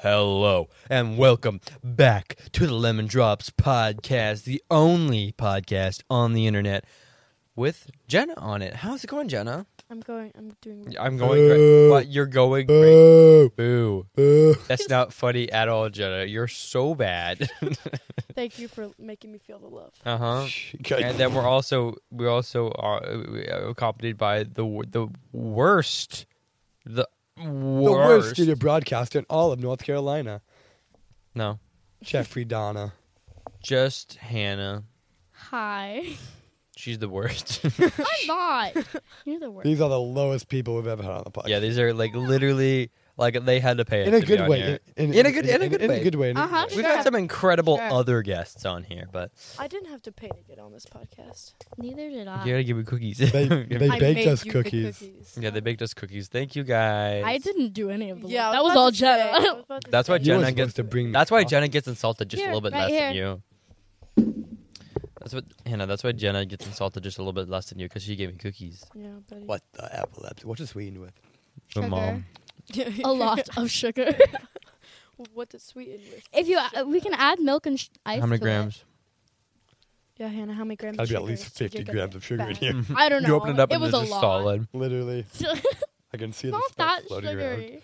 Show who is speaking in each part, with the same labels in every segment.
Speaker 1: Hello and welcome back to the Lemon Drops podcast, the only podcast on the internet with Jenna on it. How's it going, Jenna?
Speaker 2: I'm going. I'm doing.
Speaker 1: I'm going great. What you're going great. Boo. That's not funny at all, Jenna. You're so bad.
Speaker 2: Thank you for making me feel the love.
Speaker 1: uh huh. And then we're also we also are uh, accompanied by the w- the worst, the
Speaker 3: the worst
Speaker 1: worst.
Speaker 3: studio broadcaster in all of North Carolina,
Speaker 1: no,
Speaker 3: Jeffrey Donna.
Speaker 1: just Hannah.
Speaker 4: Hi.
Speaker 1: She's the worst.
Speaker 4: I'm not. You're the worst.
Speaker 3: These are the lowest people we've ever had on the podcast.
Speaker 1: yeah, these are like literally like they had to pay us
Speaker 3: in a
Speaker 1: to be
Speaker 3: good
Speaker 1: on
Speaker 3: way.
Speaker 1: here.
Speaker 3: In,
Speaker 1: In a good- in a good
Speaker 3: in
Speaker 1: way.
Speaker 3: a good way. in a good
Speaker 4: Uh-huh.
Speaker 3: way.
Speaker 1: We've
Speaker 4: Sure.
Speaker 1: had some incredible
Speaker 4: Sure.
Speaker 1: other guests on here, but
Speaker 2: I didn't have to pay to get on this podcast.
Speaker 4: Neither did
Speaker 1: you
Speaker 4: I.
Speaker 1: gotta give me cookies.
Speaker 3: They, they
Speaker 2: I
Speaker 3: baked
Speaker 2: made
Speaker 3: us
Speaker 2: you the
Speaker 3: cookies.
Speaker 1: yeah, they baked us cookies. Thank you guys.
Speaker 4: I didn't do any of the
Speaker 2: Yeah,
Speaker 4: yeah,
Speaker 2: I
Speaker 4: That was
Speaker 2: about
Speaker 4: all
Speaker 2: to say- I
Speaker 4: Jenna.
Speaker 2: was about to
Speaker 1: That's
Speaker 2: say-
Speaker 1: what
Speaker 3: You were
Speaker 1: Jenna
Speaker 3: supposed
Speaker 1: gets
Speaker 3: to bring. me
Speaker 1: That's why
Speaker 3: coffee.
Speaker 1: Jenna gets insulted just a
Speaker 4: Here,
Speaker 1: little bit
Speaker 4: right
Speaker 1: less than
Speaker 4: here.
Speaker 1: you. That's what Hannah. That's why Jenna gets insulted just a little bit less than you because she gave me cookies.
Speaker 2: Yeah, buddy.
Speaker 3: What the epilepsy? What's it sweetened with?
Speaker 1: My mom.
Speaker 4: A lot of sugar.
Speaker 2: What's it sweetened with?
Speaker 4: if you, uh, we can add milk and sh- ice.
Speaker 1: How many
Speaker 4: to
Speaker 1: grams?
Speaker 2: Yeah, Hannah, how many grams?
Speaker 3: Gotta
Speaker 2: of
Speaker 3: be at
Speaker 2: sugar
Speaker 3: least
Speaker 2: is to
Speaker 3: 50
Speaker 2: get
Speaker 3: grams
Speaker 2: that
Speaker 3: of sugar in
Speaker 2: back?
Speaker 3: here.
Speaker 4: It. I don't know.
Speaker 1: You open it up and
Speaker 4: was
Speaker 1: it's
Speaker 4: a
Speaker 1: just
Speaker 4: lot.
Speaker 1: solid.
Speaker 3: Literally,
Speaker 4: it's
Speaker 3: I can see the
Speaker 4: not
Speaker 3: smoke
Speaker 4: that
Speaker 3: floating around.
Speaker 4: sugary.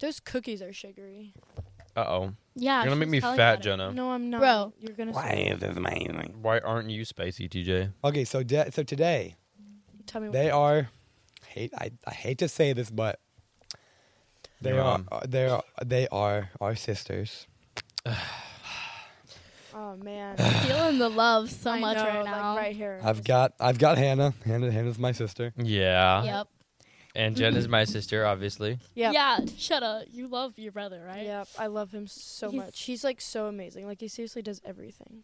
Speaker 2: Those cookies are sugary.
Speaker 1: Uh oh.
Speaker 4: Yeah.
Speaker 1: You're gonna
Speaker 4: she
Speaker 1: make
Speaker 4: was
Speaker 1: me
Speaker 4: telling
Speaker 1: fat,
Speaker 4: about it.
Speaker 1: Jenna.
Speaker 2: No, I'm not.
Speaker 4: Bro.
Speaker 2: You're gonna
Speaker 1: Why aren't you spicy, TJ?
Speaker 3: Okay, so de- so today
Speaker 2: tell me.
Speaker 3: they are. Hate I, I hate to say this, but they
Speaker 1: You're
Speaker 3: are,
Speaker 1: on.
Speaker 3: are they are they are our sisters.
Speaker 2: oh man,
Speaker 4: Feeling the love so
Speaker 2: I
Speaker 4: much
Speaker 2: know,
Speaker 4: right
Speaker 2: like,
Speaker 4: now.
Speaker 2: right here.
Speaker 3: I've got I've got Hannah. Hannah Hannah's my sister.
Speaker 1: Yeah.
Speaker 4: Yep.
Speaker 1: And Jenna's my sister, obviously.
Speaker 2: Yeah.
Speaker 4: Yeah. Shut up. You love your brother, right?
Speaker 2: Yeah, I love him so
Speaker 4: He's-
Speaker 2: much. He's like so amazing. Like he seriously does everything.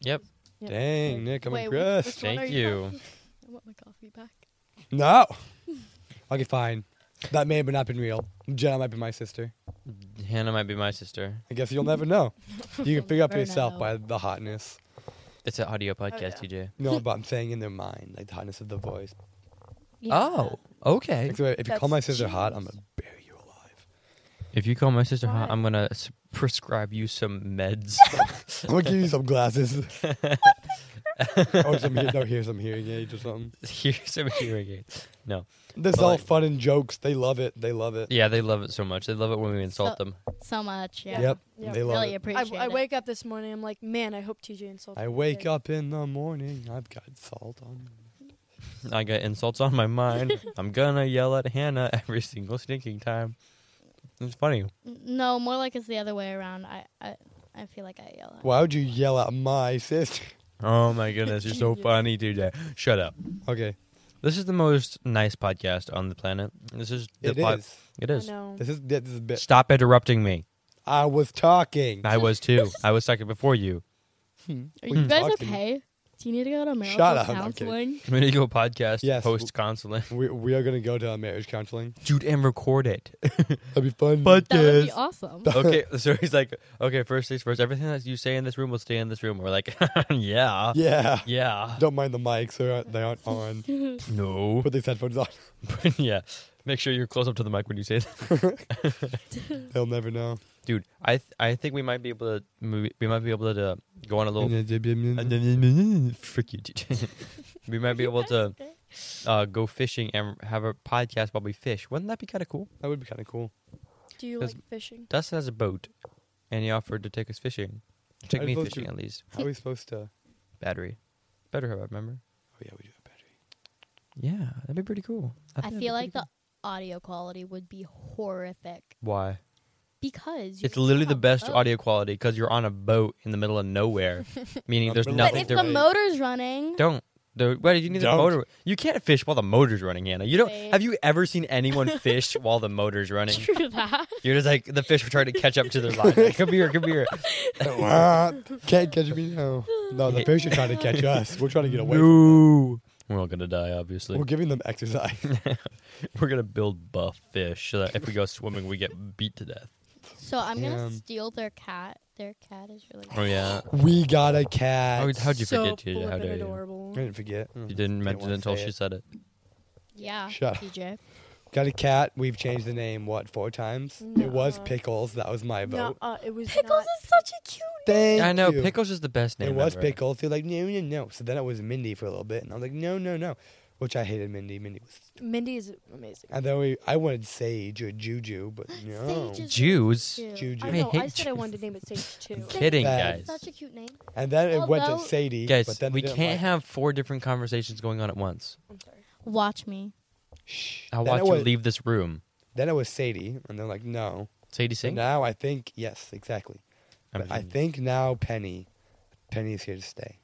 Speaker 1: Yep.
Speaker 2: Yeah.
Speaker 3: Dang, Nick, I'm
Speaker 4: Wait, wh-
Speaker 3: impressed.
Speaker 4: which one
Speaker 1: Thank
Speaker 4: are you.
Speaker 1: you.
Speaker 4: talking- I want my coffee back.
Speaker 3: No. okay, fine. That may have not been real. Jenna might be my sister.
Speaker 1: Hannah might be my sister.
Speaker 3: I guess you'll never know. You
Speaker 4: You'll
Speaker 3: can figure out for
Speaker 4: never
Speaker 3: yourself
Speaker 4: know.
Speaker 3: by the hotness.
Speaker 1: It's an audio podcast,
Speaker 2: yeah.
Speaker 1: TJ.
Speaker 3: No, but I'm saying in their mind, like the hotness of the voice.
Speaker 4: Yeah.
Speaker 1: Oh, okay.
Speaker 3: Like, so if you call
Speaker 2: That's
Speaker 3: my sister hot, I'm
Speaker 2: genius.
Speaker 3: gonna bury you alive.
Speaker 1: If you call my sister hot,
Speaker 2: Why?
Speaker 1: I'm gonna s- prescribe you some meds.
Speaker 3: I'm gonna give you some glasses. oh, some hear- no, here's some hearing aids or something.
Speaker 1: Here's some hearing aids. No.
Speaker 3: This is
Speaker 1: But
Speaker 3: all
Speaker 1: like-
Speaker 3: fun and jokes. They love it. They love it.
Speaker 1: Yeah, they love it so much. They love it when we insult
Speaker 4: So-
Speaker 1: them.
Speaker 4: So much. Yeah.
Speaker 3: Yep,
Speaker 2: Yeah.
Speaker 3: they love
Speaker 4: Really
Speaker 3: it.
Speaker 2: I,
Speaker 4: appreciate
Speaker 2: I
Speaker 4: it.
Speaker 2: wake up this morning. I'm like, man, I hope TJ insulted.
Speaker 3: I wake up in the morning. I've got salt on.
Speaker 1: I got insults on my mind. I'm gonna yell at Hannah every single stinking time. It's funny.
Speaker 4: No, more like it's the other way around. I, I, I feel like I yell. At
Speaker 3: Why would you yell at my sister?
Speaker 1: Oh my goodness, you're so funny, TJ. Shut up.
Speaker 3: Okay,
Speaker 1: This is the most nice podcast on the planet. This is the
Speaker 3: it
Speaker 1: pod-
Speaker 3: is.
Speaker 1: It
Speaker 2: I
Speaker 1: is.
Speaker 2: know.
Speaker 3: This is this is a bit.
Speaker 1: Stop interrupting me.
Speaker 3: I was talking. Hmm.
Speaker 1: I was too. I was talking before you.
Speaker 4: Are you guys
Speaker 3: talking.
Speaker 4: okay? Do you need to go to marital
Speaker 3: Shut up, I'm kidding.
Speaker 4: counseling?
Speaker 1: I'm gonna go podcast
Speaker 3: Yes.
Speaker 1: post consulate,
Speaker 3: We, we are gonna go to a marriage counseling.
Speaker 1: dude, and record it.
Speaker 3: That'd be fun.
Speaker 4: That would be awesome.
Speaker 1: okay, so he's like, okay, first things first. Everything that you say in this room will stay in this room. We're like, yeah,
Speaker 3: yeah.
Speaker 1: yeah,
Speaker 3: Don't mind the mics; they aren't, they aren't on.
Speaker 1: no,
Speaker 3: Put these headphones on;
Speaker 1: yeah. Make sure you're close up to the mic when you say that,
Speaker 3: they'll never know.
Speaker 1: dude. I th- I think we might be able to move, we might be able to uh, go on a little. Frick you, dude. we might be able to uh, go fishing and have a podcast while we fish. Wouldn't that be kind of cool?
Speaker 3: That would be kind of cool.
Speaker 2: Do you
Speaker 1: Does-
Speaker 2: like fishing?
Speaker 1: Dustin has a boat, and he offered to take us fishing. Take
Speaker 3: I'd
Speaker 1: me
Speaker 3: vote
Speaker 1: fishing
Speaker 3: you.
Speaker 1: at least.
Speaker 3: How are we supposed to? Oh
Speaker 1: Battery, better have I remember.
Speaker 3: yeah, we do have battery.
Speaker 1: Yeah, that'd be pretty cool.
Speaker 4: I
Speaker 1: think that'd be
Speaker 4: feel like
Speaker 1: pretty
Speaker 4: the audio quality would be horrific
Speaker 1: cool. why?
Speaker 4: because you
Speaker 1: It's literally the
Speaker 4: have
Speaker 1: best
Speaker 4: both.
Speaker 1: audio quality because you're on a boat in the middle of nowhere, meaning
Speaker 3: The
Speaker 1: there's
Speaker 3: middle
Speaker 4: But
Speaker 1: nothing
Speaker 4: if
Speaker 3: of
Speaker 1: to.
Speaker 4: the
Speaker 3: Wait.
Speaker 4: motor's running,
Speaker 1: don't. Dude, why did you need the
Speaker 3: Don't.
Speaker 1: motor? You can't fish while the motor's running, Hannah. You don't.
Speaker 4: Wait.
Speaker 1: Have you ever seen anyone fish while the motor's running?
Speaker 4: true that.
Speaker 1: You're just like the fish are trying to catch up to their line. Like, come here, come here.
Speaker 3: Ah, Can't catch me now. No, the fish are trying to catch us. We're trying to get away. from
Speaker 1: No, we're all gonna die. Obviously,
Speaker 3: We're giving them exercise.
Speaker 1: we're gonna build buff fish so that if we go swimming, we get beat to death.
Speaker 4: So I'm gonna
Speaker 3: Damn.
Speaker 4: steal their cat. Their cat is really.
Speaker 1: Oh yeah.
Speaker 3: we got a cat.
Speaker 1: How, how'd you
Speaker 2: so
Speaker 1: forget to? How
Speaker 2: flippin'
Speaker 1: dare you?
Speaker 2: adorable.
Speaker 3: I didn't forget.
Speaker 1: You didn't mention it
Speaker 3: wanna
Speaker 1: until
Speaker 3: say
Speaker 1: she
Speaker 3: it.
Speaker 1: said it.
Speaker 4: Yeah.
Speaker 3: Shut up.
Speaker 4: TJ.
Speaker 3: Got a cat. We've changed the name what four times. It was
Speaker 2: Nuh-uh.
Speaker 3: Pickles. That was my vote.
Speaker 2: uh, it was
Speaker 4: Pickles
Speaker 2: not-
Speaker 4: is such a cute.
Speaker 3: Thank
Speaker 1: I know
Speaker 3: you.
Speaker 1: pickles is the best name.
Speaker 3: It was
Speaker 1: ever.
Speaker 3: Pickles. They're like no no no. So then it was Mindy for a little bit, and I was like no no no, which I hated Mindy. Mindy was.
Speaker 2: Mindy is amazing.
Speaker 3: And then we, I wanted Sage or Juju, but no.
Speaker 4: Sage is-
Speaker 1: Jews.
Speaker 4: Cute.
Speaker 3: Juju.
Speaker 2: I
Speaker 1: I
Speaker 2: know. I,
Speaker 1: hate
Speaker 2: said I wanted to name it Sage too.
Speaker 1: Sage Kidding,
Speaker 4: Sage
Speaker 3: guys.
Speaker 4: is Such a cute name.
Speaker 3: And then it went to
Speaker 4: Although-
Speaker 3: Sadie. but
Speaker 1: Guys,
Speaker 3: then
Speaker 1: we
Speaker 3: they didn't
Speaker 1: can't
Speaker 3: like-
Speaker 1: have four different conversations going on at once.
Speaker 2: I'm sorry.
Speaker 4: Watch me.
Speaker 3: Shh.
Speaker 1: I'll
Speaker 3: Then
Speaker 1: watch
Speaker 3: it
Speaker 1: you
Speaker 3: was-
Speaker 1: leave this room.
Speaker 3: Then it was Sadie, and they're like no.
Speaker 1: Sadie
Speaker 3: So
Speaker 1: Sink.
Speaker 3: now I think yes, exactly.
Speaker 1: I'm
Speaker 3: But I
Speaker 1: just-
Speaker 3: think now Penny, Penny's here to stay.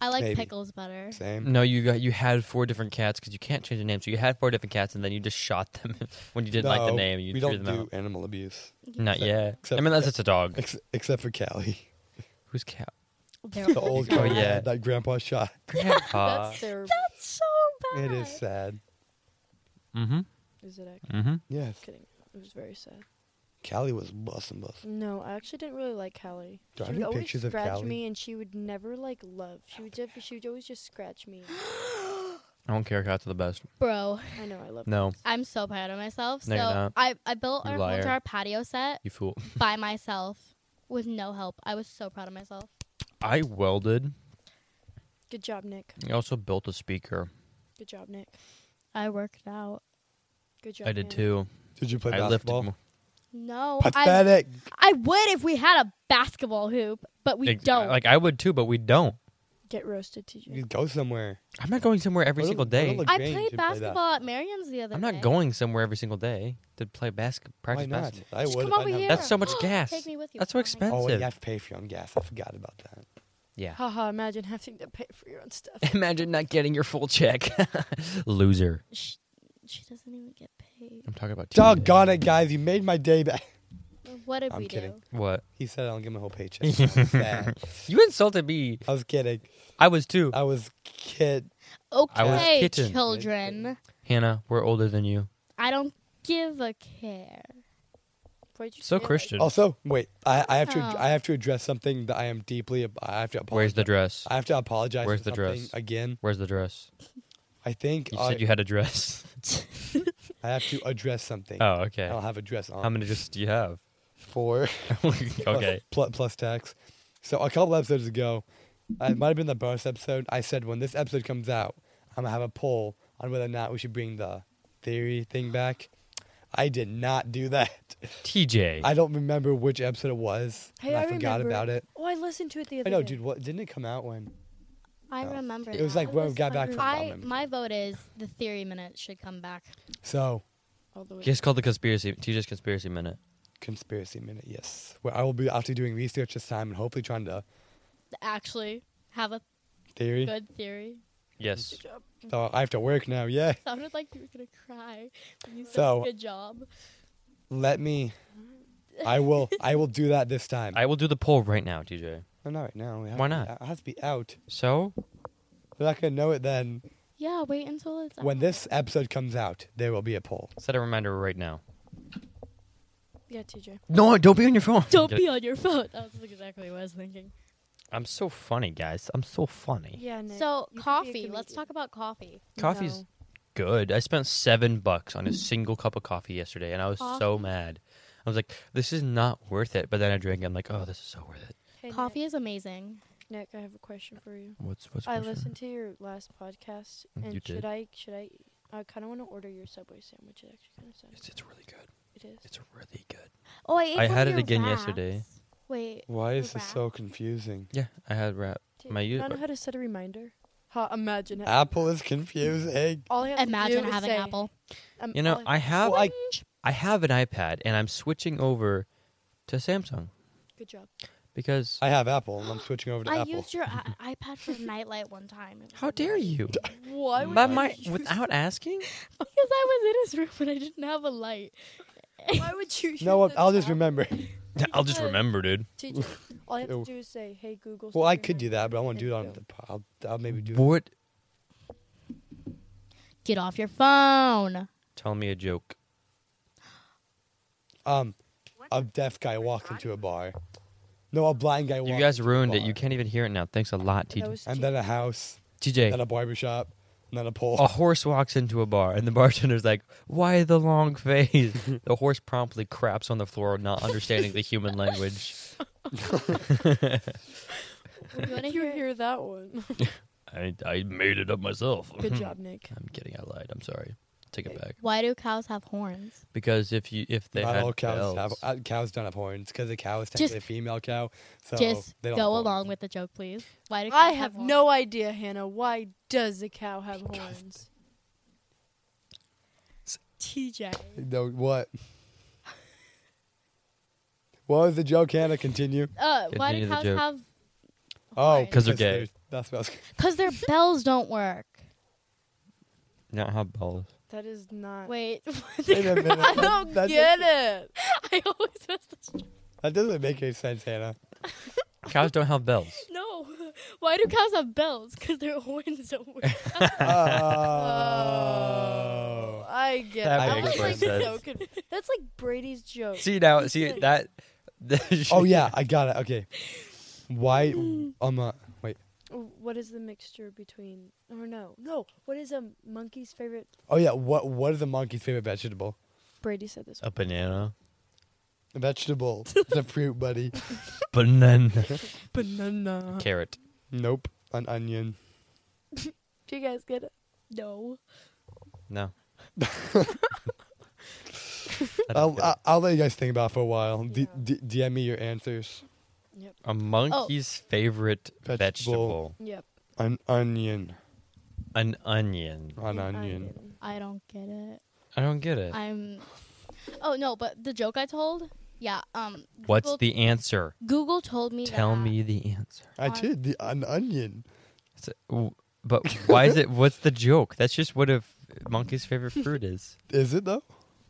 Speaker 4: I like
Speaker 3: Maybe.
Speaker 4: pickles better.
Speaker 3: Same.
Speaker 1: No, you got you had four different cats because you can't change the name. So you had four different cats, and then you just shot them when you didn't like the
Speaker 3: No,
Speaker 1: name. You
Speaker 3: we
Speaker 1: threw
Speaker 3: don't
Speaker 1: them
Speaker 3: do
Speaker 1: out.
Speaker 3: animal abuse,
Speaker 1: Not
Speaker 3: except-
Speaker 1: yet.
Speaker 3: except-
Speaker 1: I mean, unless it's a dog.
Speaker 3: Ex- except for Callie,
Speaker 1: Who's cat?
Speaker 4: They're
Speaker 3: the old
Speaker 1: Oh,
Speaker 3: cat
Speaker 1: yeah.
Speaker 3: that Grandpa shot.
Speaker 1: Grandpa.
Speaker 3: Uh,
Speaker 2: That's their.
Speaker 4: That's so bad.
Speaker 3: It is sad.
Speaker 1: mm-hmm.
Speaker 2: Is it actually
Speaker 1: Mm-hmm.
Speaker 3: Yes,
Speaker 2: kidding? It was very sad.
Speaker 3: Callie was busting busting.
Speaker 2: No, I actually didn't really like Callie.
Speaker 3: Do
Speaker 2: she
Speaker 3: I have
Speaker 2: would
Speaker 3: any
Speaker 2: always
Speaker 3: pictures of
Speaker 2: scratch
Speaker 3: Callie?
Speaker 2: me, and she would never like love. She would just, she would always just scratch me.
Speaker 1: I don't care. Cats are the best.
Speaker 4: Bro,
Speaker 2: I know I love.
Speaker 1: No,
Speaker 4: I'm so proud of myself.
Speaker 1: No,
Speaker 4: so
Speaker 1: you're not.
Speaker 4: I, I built
Speaker 1: You
Speaker 4: our
Speaker 1: liar.
Speaker 4: whole jar patio set
Speaker 1: you fool.
Speaker 4: by myself with no help. I was so proud of myself.
Speaker 1: I welded.
Speaker 2: Good job, Nick.
Speaker 1: I also built a speaker.
Speaker 2: Good job, Nick.
Speaker 4: I worked out.
Speaker 2: Good job.
Speaker 1: I did
Speaker 2: Hannah.
Speaker 1: too.
Speaker 3: Did you play
Speaker 1: I lifted.
Speaker 3: basketball?
Speaker 1: More.
Speaker 4: No, I,
Speaker 3: Pathetic.
Speaker 4: I would if we had a basketball hoop, but we
Speaker 1: Ex- uh,
Speaker 4: don't.
Speaker 1: Like I would too, but we don't.
Speaker 2: Get roasted, TJ.
Speaker 3: You go somewhere.
Speaker 1: I'm not going somewhere every
Speaker 3: What a-
Speaker 1: single
Speaker 3: what a
Speaker 1: day.
Speaker 3: look-
Speaker 4: I
Speaker 3: Green
Speaker 4: played
Speaker 3: should play
Speaker 4: basketball at Marion's the other
Speaker 1: I'm
Speaker 4: day.
Speaker 1: not going somewhere every single day to play basketball.
Speaker 3: Why
Speaker 1: Practice
Speaker 3: not?
Speaker 1: basketball.
Speaker 3: I
Speaker 4: Just
Speaker 3: would.
Speaker 4: come
Speaker 3: if I
Speaker 4: over
Speaker 3: know-
Speaker 4: here.
Speaker 1: That's so much gas.
Speaker 4: Take me with you.
Speaker 1: That's so
Speaker 4: Oh my
Speaker 1: expensive.
Speaker 4: God.
Speaker 3: Oh, wait,
Speaker 1: expensive.
Speaker 3: you have to pay for your own gas. I forgot about that.
Speaker 1: Yeah.
Speaker 2: Haha! Imagine having to pay for your own stuff.
Speaker 1: Imagine not getting your full check, loser.
Speaker 4: She, she doesn't even get paid.
Speaker 1: I'm talking about.
Speaker 3: Doggone it, guys! You made my day. Back.
Speaker 4: What did
Speaker 3: I'm
Speaker 4: we
Speaker 3: kidding.
Speaker 4: do?
Speaker 1: What?
Speaker 3: He said I don't get my whole paycheck. I was sad.
Speaker 1: You insulted me.
Speaker 3: I was kidding.
Speaker 1: I was too.
Speaker 3: I was kid.
Speaker 1: I was
Speaker 4: Okay,
Speaker 1: kitten.
Speaker 4: children.
Speaker 1: Hannah, we're older than you.
Speaker 4: I don't give a care.
Speaker 2: Why'd you
Speaker 1: So
Speaker 2: say that?
Speaker 1: Christian.
Speaker 3: Also, wait. I, I have to.
Speaker 4: Oh.
Speaker 3: I have to address something that I am deeply. I have to apologize.
Speaker 1: Where's the dress?
Speaker 3: I have to apologize.
Speaker 1: Where's
Speaker 3: for
Speaker 1: the
Speaker 3: something
Speaker 1: dress?
Speaker 3: Again,
Speaker 1: Where's the dress?
Speaker 3: I think
Speaker 1: You
Speaker 3: I,
Speaker 1: said you had a dress.
Speaker 3: I have to address something.
Speaker 1: Oh,
Speaker 3: I
Speaker 1: okay.
Speaker 3: don't have a dress on.
Speaker 1: How many dresses do you have?
Speaker 3: Four.
Speaker 1: okay.
Speaker 3: Plus, plus tax. So a couple episodes ago, uh, it might have been the bonus episode. I said when this episode comes out, I'm gonna have a poll on whether or not we should bring the theory thing back. I did not do that.
Speaker 1: TJ.
Speaker 3: I don't remember which episode it was.
Speaker 2: Hey,
Speaker 3: and I,
Speaker 2: I
Speaker 3: forgot
Speaker 2: remember.
Speaker 3: about it.
Speaker 2: Oh, I listened to it the other
Speaker 3: I know,
Speaker 2: day.
Speaker 3: dude. What didn't it come out when?
Speaker 4: I
Speaker 3: No.
Speaker 4: remember.
Speaker 3: Oh. It was
Speaker 4: that.
Speaker 3: like when we
Speaker 2: was
Speaker 3: got back from
Speaker 4: I
Speaker 3: Bauman.
Speaker 4: my vote is the theory minute should come back.
Speaker 3: So
Speaker 2: All the way.
Speaker 1: It's called the conspiracy. TJ's conspiracy minute.
Speaker 3: conspiracy minute, yes, where I will be actually doing research this time and hopefully trying to
Speaker 4: Actually, have a
Speaker 3: theory.
Speaker 4: good theory.
Speaker 1: Yes.
Speaker 2: Good job.
Speaker 3: So I have to work now. Yeah.
Speaker 4: Sounded like you were gonna cry. when You said
Speaker 3: So-
Speaker 4: good job.
Speaker 3: Let me. I will. I will do that this time.
Speaker 1: I will do the poll right now, TJ.
Speaker 3: no, not right now. It has
Speaker 1: Why
Speaker 3: to be
Speaker 1: not?
Speaker 3: out- It has to be out.
Speaker 1: So
Speaker 3: They're not gonna know it then.
Speaker 4: Yeah, wait until it's
Speaker 3: When
Speaker 4: out.
Speaker 3: this episode comes out, there will be a poll.
Speaker 1: set a reminder right now.
Speaker 2: Yeah, TJ.
Speaker 1: No, don't be on your phone.
Speaker 4: Don't be on your phone. That was exactly what I was thinking.
Speaker 1: I'm so funny, guys. I'm so funny.
Speaker 2: Yeah, Nick.
Speaker 4: So
Speaker 2: you could be a
Speaker 4: coffee. Let's
Speaker 2: comedian.
Speaker 4: talk about coffee.
Speaker 1: Coffee's
Speaker 2: No.
Speaker 1: good. I spent seven bucks on a single cup of coffee yesterday, and I was so
Speaker 4: Coffee.
Speaker 1: mad. I was like, "This is not worth it." But then I drink, and I'm like, "Oh, this is so worth it."
Speaker 2: Hey,
Speaker 4: Coffee is amazing.
Speaker 2: Nick, Nick, I have a question for you.
Speaker 1: What's what's?
Speaker 2: I
Speaker 1: what's your-
Speaker 2: listened to your last podcast,
Speaker 1: Mm,
Speaker 2: and
Speaker 1: you
Speaker 2: should
Speaker 1: did.
Speaker 2: I should I? I kind of want to order your Subway sandwich. It actually kind of sounds.
Speaker 1: It's, it's really good.
Speaker 2: It is.
Speaker 1: It's really good.
Speaker 4: Oh, I ate
Speaker 1: I
Speaker 4: one
Speaker 1: had
Speaker 4: of
Speaker 1: it
Speaker 4: your
Speaker 1: again
Speaker 4: wraps.
Speaker 1: yesterday.
Speaker 4: Wait,
Speaker 3: Why
Speaker 4: is this so
Speaker 3: confusing?
Speaker 1: Yeah, I had wrap.
Speaker 2: Do
Speaker 1: My
Speaker 2: you
Speaker 1: u-
Speaker 2: not know how to set a reminder? Ha! Imagine. ha-
Speaker 3: Apple is confusing.
Speaker 2: all I have to
Speaker 4: imagine
Speaker 2: do is
Speaker 4: having
Speaker 2: say,
Speaker 4: apple.
Speaker 2: um,
Speaker 1: You know,
Speaker 2: all
Speaker 1: I have
Speaker 3: Well, I-
Speaker 1: I have an iPad, and I'm switching over to Samsung
Speaker 2: Good job.
Speaker 1: because
Speaker 3: I have Apple, and I'm switching over to
Speaker 4: I
Speaker 3: Apple.
Speaker 4: used your i- iPad for a nightlight one time. It was
Speaker 1: how dare
Speaker 4: amazing.
Speaker 1: you?
Speaker 2: Why would
Speaker 1: By
Speaker 2: you
Speaker 1: my
Speaker 2: use-
Speaker 1: without asking?
Speaker 4: Because I was in his room and I didn't have a light.
Speaker 2: Why would you?
Speaker 3: No,
Speaker 2: use
Speaker 3: what? I'll
Speaker 2: that
Speaker 3: just
Speaker 2: app?
Speaker 3: remember.
Speaker 1: I'll just remember, dude.
Speaker 2: TJ, all I have
Speaker 3: Ew.
Speaker 2: to do is say, "Hey Google."
Speaker 3: Well,
Speaker 2: set
Speaker 3: I
Speaker 2: a
Speaker 3: could do
Speaker 2: reminder."
Speaker 3: that, but I want to do it
Speaker 2: There
Speaker 3: on
Speaker 2: you go.
Speaker 3: the. po- I'll, I'll maybe do. it.
Speaker 1: What?
Speaker 4: Get off your phone.
Speaker 1: Tell me a joke.
Speaker 3: Um, a deaf guy walked into a bar. No, a blind guy.
Speaker 1: You
Speaker 3: walked
Speaker 1: guys
Speaker 3: into a
Speaker 1: ruined it.
Speaker 3: bar.
Speaker 1: You can't even hear it now. Thanks a lot,
Speaker 2: That
Speaker 1: TJ.
Speaker 2: was
Speaker 3: And
Speaker 2: cheap.
Speaker 3: then a house.
Speaker 1: TJ,
Speaker 3: Then a barber shop. not a pole.
Speaker 1: A horse walks into a bar, and the bartender's like, "Why the long face?" the horse promptly craps on the floor, not understanding the human language.
Speaker 4: You want to
Speaker 2: you
Speaker 4: hear?
Speaker 2: hear that one?
Speaker 1: I, I made it up myself.
Speaker 2: Good job, Nick.
Speaker 1: I'm kidding. I lied. I'm sorry. Take it back.
Speaker 4: Why do cows have horns?
Speaker 1: Because if you if they
Speaker 3: not
Speaker 1: had
Speaker 3: all cows have
Speaker 1: bells-
Speaker 3: uh, cows don't have horns because a cow is
Speaker 4: Just-
Speaker 3: technically a female cow. So
Speaker 4: Just
Speaker 3: they
Speaker 4: go
Speaker 3: don't have horns.
Speaker 4: along with the joke, please. Why do cows
Speaker 2: I have
Speaker 4: horns?
Speaker 2: no idea, Hannah. Why does a cow have horns?
Speaker 4: TJ.
Speaker 3: No, what? what was the joke, Hannah? Continue.
Speaker 4: Uh, why
Speaker 1: Continue
Speaker 4: do
Speaker 1: the
Speaker 4: cows
Speaker 1: joke.
Speaker 4: have?
Speaker 3: Oh,
Speaker 1: 'Cause they're gay.
Speaker 3: That's what I was.
Speaker 4: Because their bells don't work.
Speaker 1: not have bells.
Speaker 2: That is not.
Speaker 4: Wait,
Speaker 3: Wait a minute.
Speaker 2: I don't
Speaker 3: that,
Speaker 2: get it.
Speaker 4: I always miss the.
Speaker 3: That doesn't make any sense, Hannah.
Speaker 1: Cows don't have bells.
Speaker 4: No, why do cows have bells? Because their horns don't work.
Speaker 3: Oh.
Speaker 2: I get
Speaker 1: That
Speaker 2: it.
Speaker 1: makes
Speaker 2: I was,
Speaker 1: more
Speaker 2: like,
Speaker 1: sense.
Speaker 2: so conf- That's like Brady's joke.
Speaker 1: See now, see that.
Speaker 3: oh yeah, I got it. Okay. Why? Um. Uh, wait.
Speaker 2: What is the mixture between? Or no, no. What is a monkey's favorite?
Speaker 3: Oh yeah. What? What is a monkey's favorite vegetable?
Speaker 2: Brady said this.
Speaker 1: a banana.
Speaker 3: A vegetable. it's a fruit, buddy.
Speaker 1: Banana.
Speaker 2: Banana.
Speaker 1: Carrot.
Speaker 3: Nope. An onion.
Speaker 2: Do you guys get it?
Speaker 4: no.
Speaker 1: No. I don't
Speaker 3: I'll,
Speaker 1: get it.
Speaker 3: I'll, I'll let you guys think about it for a while. D-
Speaker 2: Yeah.
Speaker 3: d- DM me your answers.
Speaker 1: a monkey's favorite
Speaker 3: Vegetable.
Speaker 1: vegetable.
Speaker 2: Yep.
Speaker 3: An onion.
Speaker 1: an onion.
Speaker 3: An onion.
Speaker 4: I don't get it.
Speaker 1: I don't get it.
Speaker 4: I'm. Oh no, but the joke I told. Yeah. Um.
Speaker 1: What's
Speaker 4: Google,
Speaker 1: the answer?
Speaker 4: Google told me.
Speaker 1: Tell
Speaker 4: that-
Speaker 1: me the answer.
Speaker 3: I
Speaker 4: On-
Speaker 3: did. The, an onion.
Speaker 1: It's a- w- but why is it? What's the joke? That's just what a f- monkey's favorite fruit is.
Speaker 3: Is it though?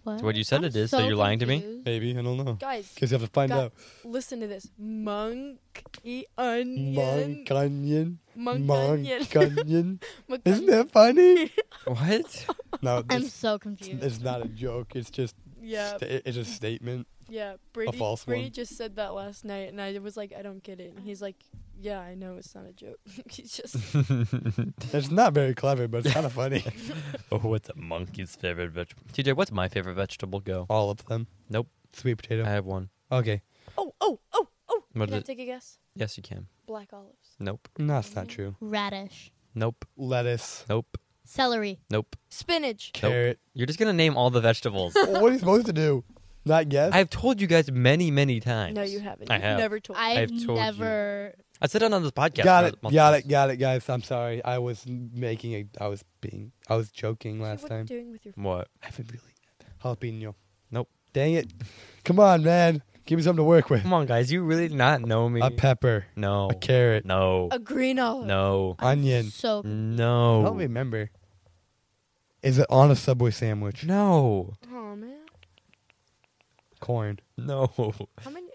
Speaker 4: What?
Speaker 1: what you said
Speaker 4: I'm
Speaker 1: it is, so you're lying to me?
Speaker 4: confused.
Speaker 3: Maybe. I don't know.
Speaker 2: Guys,
Speaker 3: Guess you have to find
Speaker 2: Got-
Speaker 3: out.
Speaker 2: listen to this. Monkey onion.
Speaker 3: Monk onion.
Speaker 2: Monk onion.
Speaker 3: Monk onion.
Speaker 2: Monk
Speaker 3: Isn't
Speaker 2: onion.
Speaker 3: that funny?
Speaker 1: What?
Speaker 3: No,
Speaker 4: I'm
Speaker 3: it's,
Speaker 4: so confused.
Speaker 3: it's not a joke. It's just
Speaker 2: Yeah,
Speaker 3: sta- it's a statement.
Speaker 2: yeah. Brady,
Speaker 3: false
Speaker 2: Brady
Speaker 3: one.
Speaker 2: just said that last night, and I was like, I don't get it. And he's like, Yeah, I know it's not a joke. he's just
Speaker 3: It's not very clever, but it's kind of funny.
Speaker 1: oh, what's a monkey's favorite vegetable? TJ, what's my favorite vegetable? Go.
Speaker 3: All of them.
Speaker 1: Nope. Uh,
Speaker 3: Sweet
Speaker 1: I
Speaker 3: potato.
Speaker 1: have one.
Speaker 3: okay.
Speaker 2: oh oh oh oh.
Speaker 1: What
Speaker 2: Can I
Speaker 1: is it?
Speaker 2: take a guess?
Speaker 1: Yes, you can.
Speaker 2: Black olives.
Speaker 1: Nope.
Speaker 3: No, that's not true.
Speaker 4: Radish,
Speaker 1: Nope.
Speaker 3: Lettuce.
Speaker 1: Nope.
Speaker 4: celery,
Speaker 1: Nope.
Speaker 2: Spinach.
Speaker 3: Carrot.
Speaker 1: You're just gonna name all the vegetables.
Speaker 3: what are you supposed to do? Not guess.
Speaker 1: I've told you guys many, many times.
Speaker 2: No, you haven't.
Speaker 1: I
Speaker 2: You've
Speaker 1: have.
Speaker 2: never told.
Speaker 4: I've,
Speaker 1: told you.
Speaker 4: never.
Speaker 1: I said it on this podcast.
Speaker 3: got it.
Speaker 1: multiple
Speaker 3: Got
Speaker 1: times.
Speaker 3: it. Got it, guys. I'm sorry. I was making a. I was being. I was joking
Speaker 2: What
Speaker 3: last
Speaker 2: are
Speaker 3: time.
Speaker 2: you doing with your?
Speaker 1: What?
Speaker 3: I haven't really. Jalapeno.
Speaker 1: Nope.
Speaker 3: Dang it. Come on, man. Give me something to work with.
Speaker 1: Come on, guys. You really not know me?
Speaker 3: A pepper.
Speaker 1: no.
Speaker 3: A carrot.
Speaker 1: No.
Speaker 2: A green olive.
Speaker 1: No.
Speaker 4: I'm
Speaker 3: Onion.
Speaker 4: So
Speaker 1: No.
Speaker 3: I don't remember. Is it on a Subway sandwich?
Speaker 1: No.
Speaker 2: Oh man,
Speaker 3: Corn.
Speaker 1: No.
Speaker 2: how many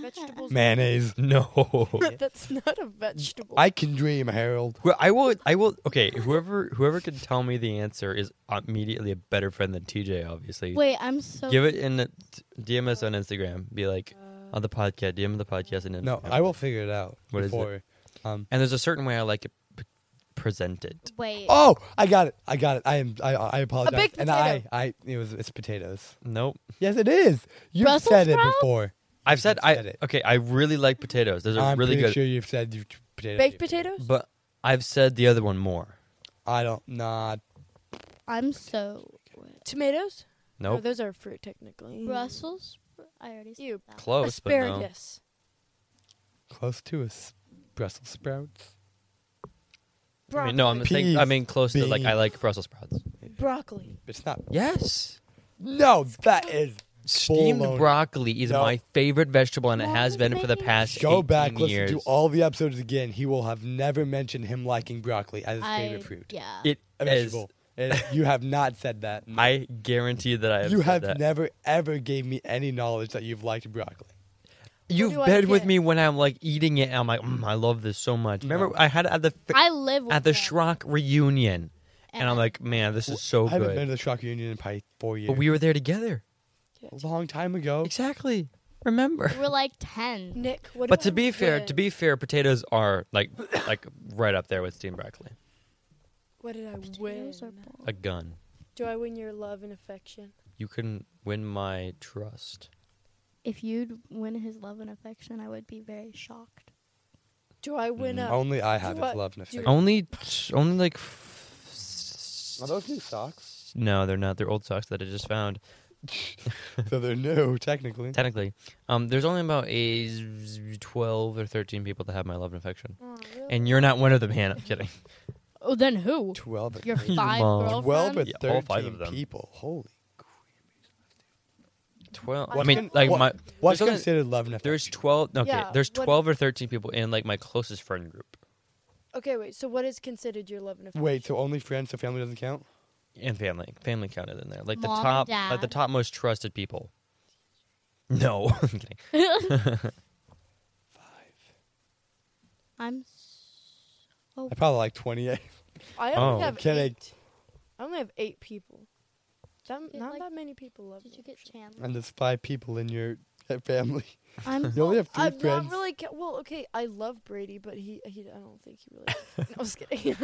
Speaker 2: vegetables?
Speaker 3: Mayonnaise.
Speaker 1: No.
Speaker 2: That's not a vegetable.
Speaker 3: I can dream, Harold.
Speaker 1: Well, I will. I will. Okay. Whoever whoever can tell me the answer is immediately a better friend than TJ. Obviously.
Speaker 4: wait. I'm so.
Speaker 1: Give it in the DM us on Instagram. Be like
Speaker 2: Uh,
Speaker 1: on the podcast. DM the podcast and
Speaker 3: No,
Speaker 1: Instagram.
Speaker 3: I will figure it out
Speaker 1: What is it?
Speaker 3: before. Um,
Speaker 1: And there's a certain way I like it p- presented.
Speaker 4: Wait.
Speaker 3: oh, I got it. I got it. I am. I, I apologize.
Speaker 2: baked
Speaker 3: and I,
Speaker 2: potato.
Speaker 3: I, it was. It's potatoes.
Speaker 1: Nope.
Speaker 3: Yes, it is. You have
Speaker 4: Brussels
Speaker 3: said it
Speaker 4: sprouts?
Speaker 3: before.
Speaker 1: I've said I.
Speaker 3: said it.
Speaker 1: Okay. I really like potatoes. Those are
Speaker 3: I'm
Speaker 1: really
Speaker 3: pretty
Speaker 1: good.
Speaker 3: sure you've said you potatoes.
Speaker 2: baked potatoes.
Speaker 1: But I've said the other one more.
Speaker 3: I don't. Nah.
Speaker 4: I'm so.
Speaker 3: Mm.
Speaker 2: Tomatoes. No,
Speaker 1: Nope.
Speaker 2: Oh, those are fruit technically.
Speaker 4: Brussels. spr- I already said
Speaker 2: You
Speaker 4: that.
Speaker 1: Close, but no.
Speaker 2: Asparagus.
Speaker 3: Close to us. Brussels sprouts.
Speaker 1: I mean, no, I'm saying, I
Speaker 3: Peas.
Speaker 1: mean close to like I
Speaker 3: Beans.
Speaker 1: like Brussels sprouts.
Speaker 2: broccoli.
Speaker 3: It's not.
Speaker 1: Yes.
Speaker 3: No, that is.
Speaker 1: Steamed
Speaker 3: Bologna.
Speaker 1: broccoli is
Speaker 3: No.
Speaker 1: my favorite vegetable, and it
Speaker 4: Mom
Speaker 1: has
Speaker 4: was
Speaker 1: been for the
Speaker 4: making-
Speaker 1: past
Speaker 3: Go back,
Speaker 1: 18
Speaker 3: listen
Speaker 1: years.
Speaker 3: to all the episodes again. He will have never mentioned him liking broccoli as his
Speaker 4: I,
Speaker 3: favorite fruit.
Speaker 4: yeah.
Speaker 1: It
Speaker 3: A
Speaker 1: is.
Speaker 3: vegetable. It- you have not said that.
Speaker 1: I guarantee that I have.
Speaker 3: you
Speaker 1: said
Speaker 3: have
Speaker 1: that.
Speaker 3: never ever gave me any knowledge that you've liked broccoli.
Speaker 1: You've
Speaker 2: do I
Speaker 1: been with
Speaker 2: get?
Speaker 1: me when I'm like eating it. And I'm like, mm, I love this so much. Remember,
Speaker 3: No.
Speaker 1: I had it at the fi-
Speaker 4: I live with
Speaker 1: at the
Speaker 4: him.
Speaker 1: Schrock reunion, and,
Speaker 4: And
Speaker 2: Uh-uh.
Speaker 1: I'm
Speaker 4: I-
Speaker 1: like, man, this is so
Speaker 3: I haven't been
Speaker 1: good.
Speaker 3: to the truck union in probably four years.
Speaker 1: But we were there together.
Speaker 3: a long time ago.
Speaker 1: Exactly. Remember.
Speaker 4: We're like ten.
Speaker 2: Nick, what
Speaker 1: But
Speaker 2: about
Speaker 1: to be fair, to
Speaker 2: when-
Speaker 1: be fair, potatoes are like like right up there with steamed broccoli.
Speaker 2: What did I win?
Speaker 4: Potatoes or balls?
Speaker 1: A gun.
Speaker 2: Do I win your love and affection?
Speaker 1: You couldn't win my trust.
Speaker 4: If you'd win his love and affection, I would be very shocked.
Speaker 2: Do I win
Speaker 1: Mm.
Speaker 2: a?
Speaker 3: Only I have
Speaker 2: Do I-
Speaker 3: his love and
Speaker 2: do-
Speaker 3: affection.
Speaker 1: Only, only like.
Speaker 3: Are those new socks?
Speaker 1: No, they're not. They're old socks that I just found.
Speaker 3: so they're new, technically.
Speaker 1: Technically, um, there's only about a twelve or thirteen people that have my love and affection,
Speaker 2: Oh, really?
Speaker 1: and you're not one of them, Hannah. I'm kidding.
Speaker 4: Oh, then who?
Speaker 3: Twelve. and
Speaker 4: Your
Speaker 1: Your
Speaker 4: five
Speaker 1: mom.
Speaker 4: girlfriends.
Speaker 3: Twelve and
Speaker 1: Yeah, all five of
Speaker 3: thirteen
Speaker 1: them.
Speaker 3: people. Holy.
Speaker 1: Twelve. I
Speaker 3: What's
Speaker 1: mean,
Speaker 3: con-
Speaker 1: like
Speaker 3: what-
Speaker 1: my
Speaker 3: What's
Speaker 1: there's only-
Speaker 3: considered love and affection?
Speaker 1: There's twelve. Okay,
Speaker 2: Yeah,
Speaker 1: there's
Speaker 2: what-
Speaker 1: twelve or thirteen people in like my closest friend group,
Speaker 2: okay, wait. So what is considered your love and affection?
Speaker 3: Wait, so only friends, so family doesn't count?
Speaker 1: and family. Family counted in there, like
Speaker 4: Mom
Speaker 1: the
Speaker 4: and
Speaker 1: top, like
Speaker 4: dad.
Speaker 1: the top most trusted people. No, I'm kidding.
Speaker 4: I'm. s- Oh,
Speaker 3: I probably like twenty-eight.
Speaker 2: I
Speaker 1: Oh.
Speaker 2: only have
Speaker 3: Can I-
Speaker 2: eight. I only have eight people. That,
Speaker 4: Did,
Speaker 2: not
Speaker 4: like-
Speaker 2: that many people love
Speaker 4: did
Speaker 2: me.
Speaker 4: you get Chandler?
Speaker 3: And there's five people in your uh, family.
Speaker 4: I'm.
Speaker 3: You only have 3
Speaker 2: I'm
Speaker 3: friends.
Speaker 2: not really ca- well. Okay, I love Brady, but he, he I don't think he really. no, I was kidding.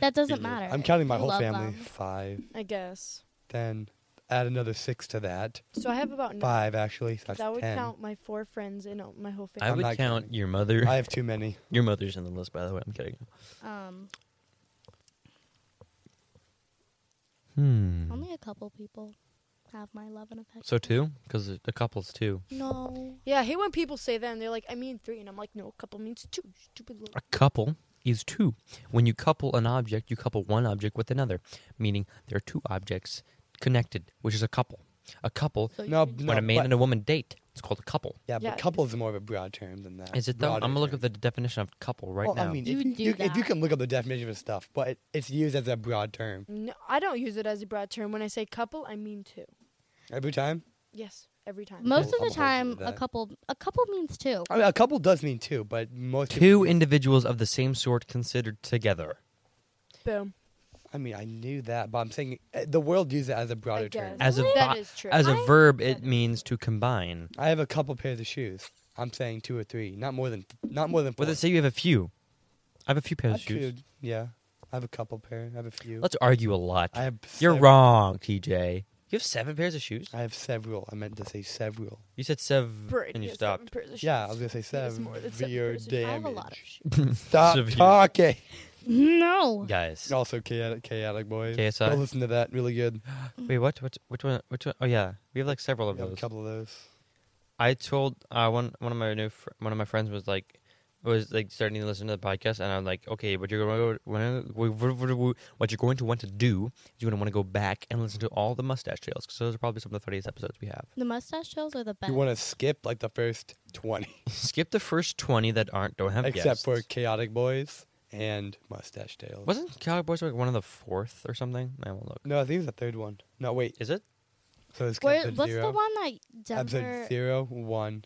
Speaker 4: That doesn't
Speaker 1: Idiot.
Speaker 4: matter.
Speaker 3: I'm counting my
Speaker 4: You
Speaker 3: whole
Speaker 4: love
Speaker 3: family.
Speaker 4: them.
Speaker 3: Five.
Speaker 2: I guess.
Speaker 3: Then add another six to that.
Speaker 2: So I have about nine.
Speaker 3: Five, actually. So that's
Speaker 2: that would
Speaker 3: ten.
Speaker 2: count my four friends and uh, my whole
Speaker 1: I
Speaker 2: family.
Speaker 3: I'm
Speaker 1: would
Speaker 3: not
Speaker 1: count
Speaker 3: kidding.
Speaker 1: your mother.
Speaker 3: I have too many.
Speaker 1: Your mother's in the list, by the way. I'm kidding.
Speaker 4: Um,
Speaker 1: Hmm.
Speaker 4: only a couple people have my love and affection.
Speaker 1: So two, because the couple's two.
Speaker 4: no.
Speaker 2: yeah, I hate when people say that and they're like, I mean three, and I'm like, no, a couple means two. Stupid little.
Speaker 1: A couple is two. When you couple an object, you couple one object with another, meaning there are two objects connected, which is a couple. A couple.
Speaker 4: So you
Speaker 3: No,
Speaker 4: should-
Speaker 3: no
Speaker 1: when a man
Speaker 3: but-
Speaker 1: and a woman date, it's called a couple.
Speaker 3: Yeah,
Speaker 2: Yeah.
Speaker 3: but couple is more of a broad term than that.
Speaker 1: Is it though? I'm
Speaker 3: Broader
Speaker 1: gonna look
Speaker 3: term.
Speaker 1: up the definition of couple right
Speaker 3: well,
Speaker 1: now.
Speaker 3: I mean,
Speaker 4: You
Speaker 3: if,
Speaker 4: do
Speaker 3: you, if you
Speaker 4: that.
Speaker 3: can look up the definition of stuff, but it, it's used as a broad term
Speaker 2: No, I don't use it as a broad term. When I say couple, I mean two.
Speaker 3: every time.
Speaker 2: Yes, every time.
Speaker 3: Well,
Speaker 4: Most of
Speaker 3: I'm
Speaker 4: the
Speaker 3: hoping
Speaker 4: time, a
Speaker 3: that-
Speaker 4: couple a couple means two.
Speaker 3: I mean, a couple does mean two, but most
Speaker 1: two
Speaker 3: people-
Speaker 1: individuals of the same sort considered together.
Speaker 2: Boom.
Speaker 3: I mean, I knew that, but I'm saying uh, the world uses it as a broader term.
Speaker 2: guess.
Speaker 1: As a
Speaker 2: That
Speaker 1: vi-
Speaker 2: is true.
Speaker 1: as a
Speaker 4: I-
Speaker 1: verb,
Speaker 4: that
Speaker 1: it
Speaker 4: is-
Speaker 1: means to combine.
Speaker 3: I have a couple pairs of shoes. I'm saying two or three, not more than not more than. Four.
Speaker 1: Well, let's say you have a few. I have a few pairs
Speaker 3: I
Speaker 1: of shoes.
Speaker 3: could- yeah, I have a couple pair. I have a few.
Speaker 1: Let's argue a lot.
Speaker 3: I have.
Speaker 1: You're
Speaker 3: sev-
Speaker 1: wrong, TJ. You have seven pairs of shoes.
Speaker 3: I have several. I meant to say several.
Speaker 1: You said sev,
Speaker 2: Brady
Speaker 1: and you
Speaker 2: has seven
Speaker 1: stopped.
Speaker 2: pairs of
Speaker 3: Yeah, I
Speaker 2: shoes.
Speaker 3: was gonna say
Speaker 2: Yes, more
Speaker 3: several.
Speaker 2: than seven pairs of- I
Speaker 4: I have a lot of
Speaker 3: damage.
Speaker 4: shoes.
Speaker 3: Stop
Speaker 1: Severe.
Speaker 3: talking.
Speaker 4: No.
Speaker 1: Guys,
Speaker 3: Also, chaotic, chaotic boys.
Speaker 1: KSI?
Speaker 3: Go listen to that. Really good.
Speaker 1: wait, what? What? Which one? Which one? Oh yeah, we have like several
Speaker 3: We
Speaker 1: of
Speaker 3: have a
Speaker 1: those.
Speaker 3: couple of those.
Speaker 1: I told uh, one one of my new fr- one of my friends was like was like starting to listen to the podcast, and I'm like, okay, what you're going to what you're going to want to do is you're going to want to go back and listen to all the mustache trails because those are probably some of the funniest episodes we have.
Speaker 4: The mustache trails are the best.
Speaker 3: You want to skip like the first twenty,
Speaker 1: Skip the first twenty that aren't don't have
Speaker 3: except
Speaker 1: guests.
Speaker 3: for chaotic boys and mustache tails.
Speaker 1: wasn't Cowboys like one of the fourth or something? I won't look.
Speaker 3: No, I think it was the third one. No, wait.
Speaker 1: Is it?
Speaker 3: So it's
Speaker 4: Where,
Speaker 3: episode
Speaker 4: what's
Speaker 3: zero.
Speaker 4: the one that
Speaker 3: Episode
Speaker 4: Denver?
Speaker 3: zero, one,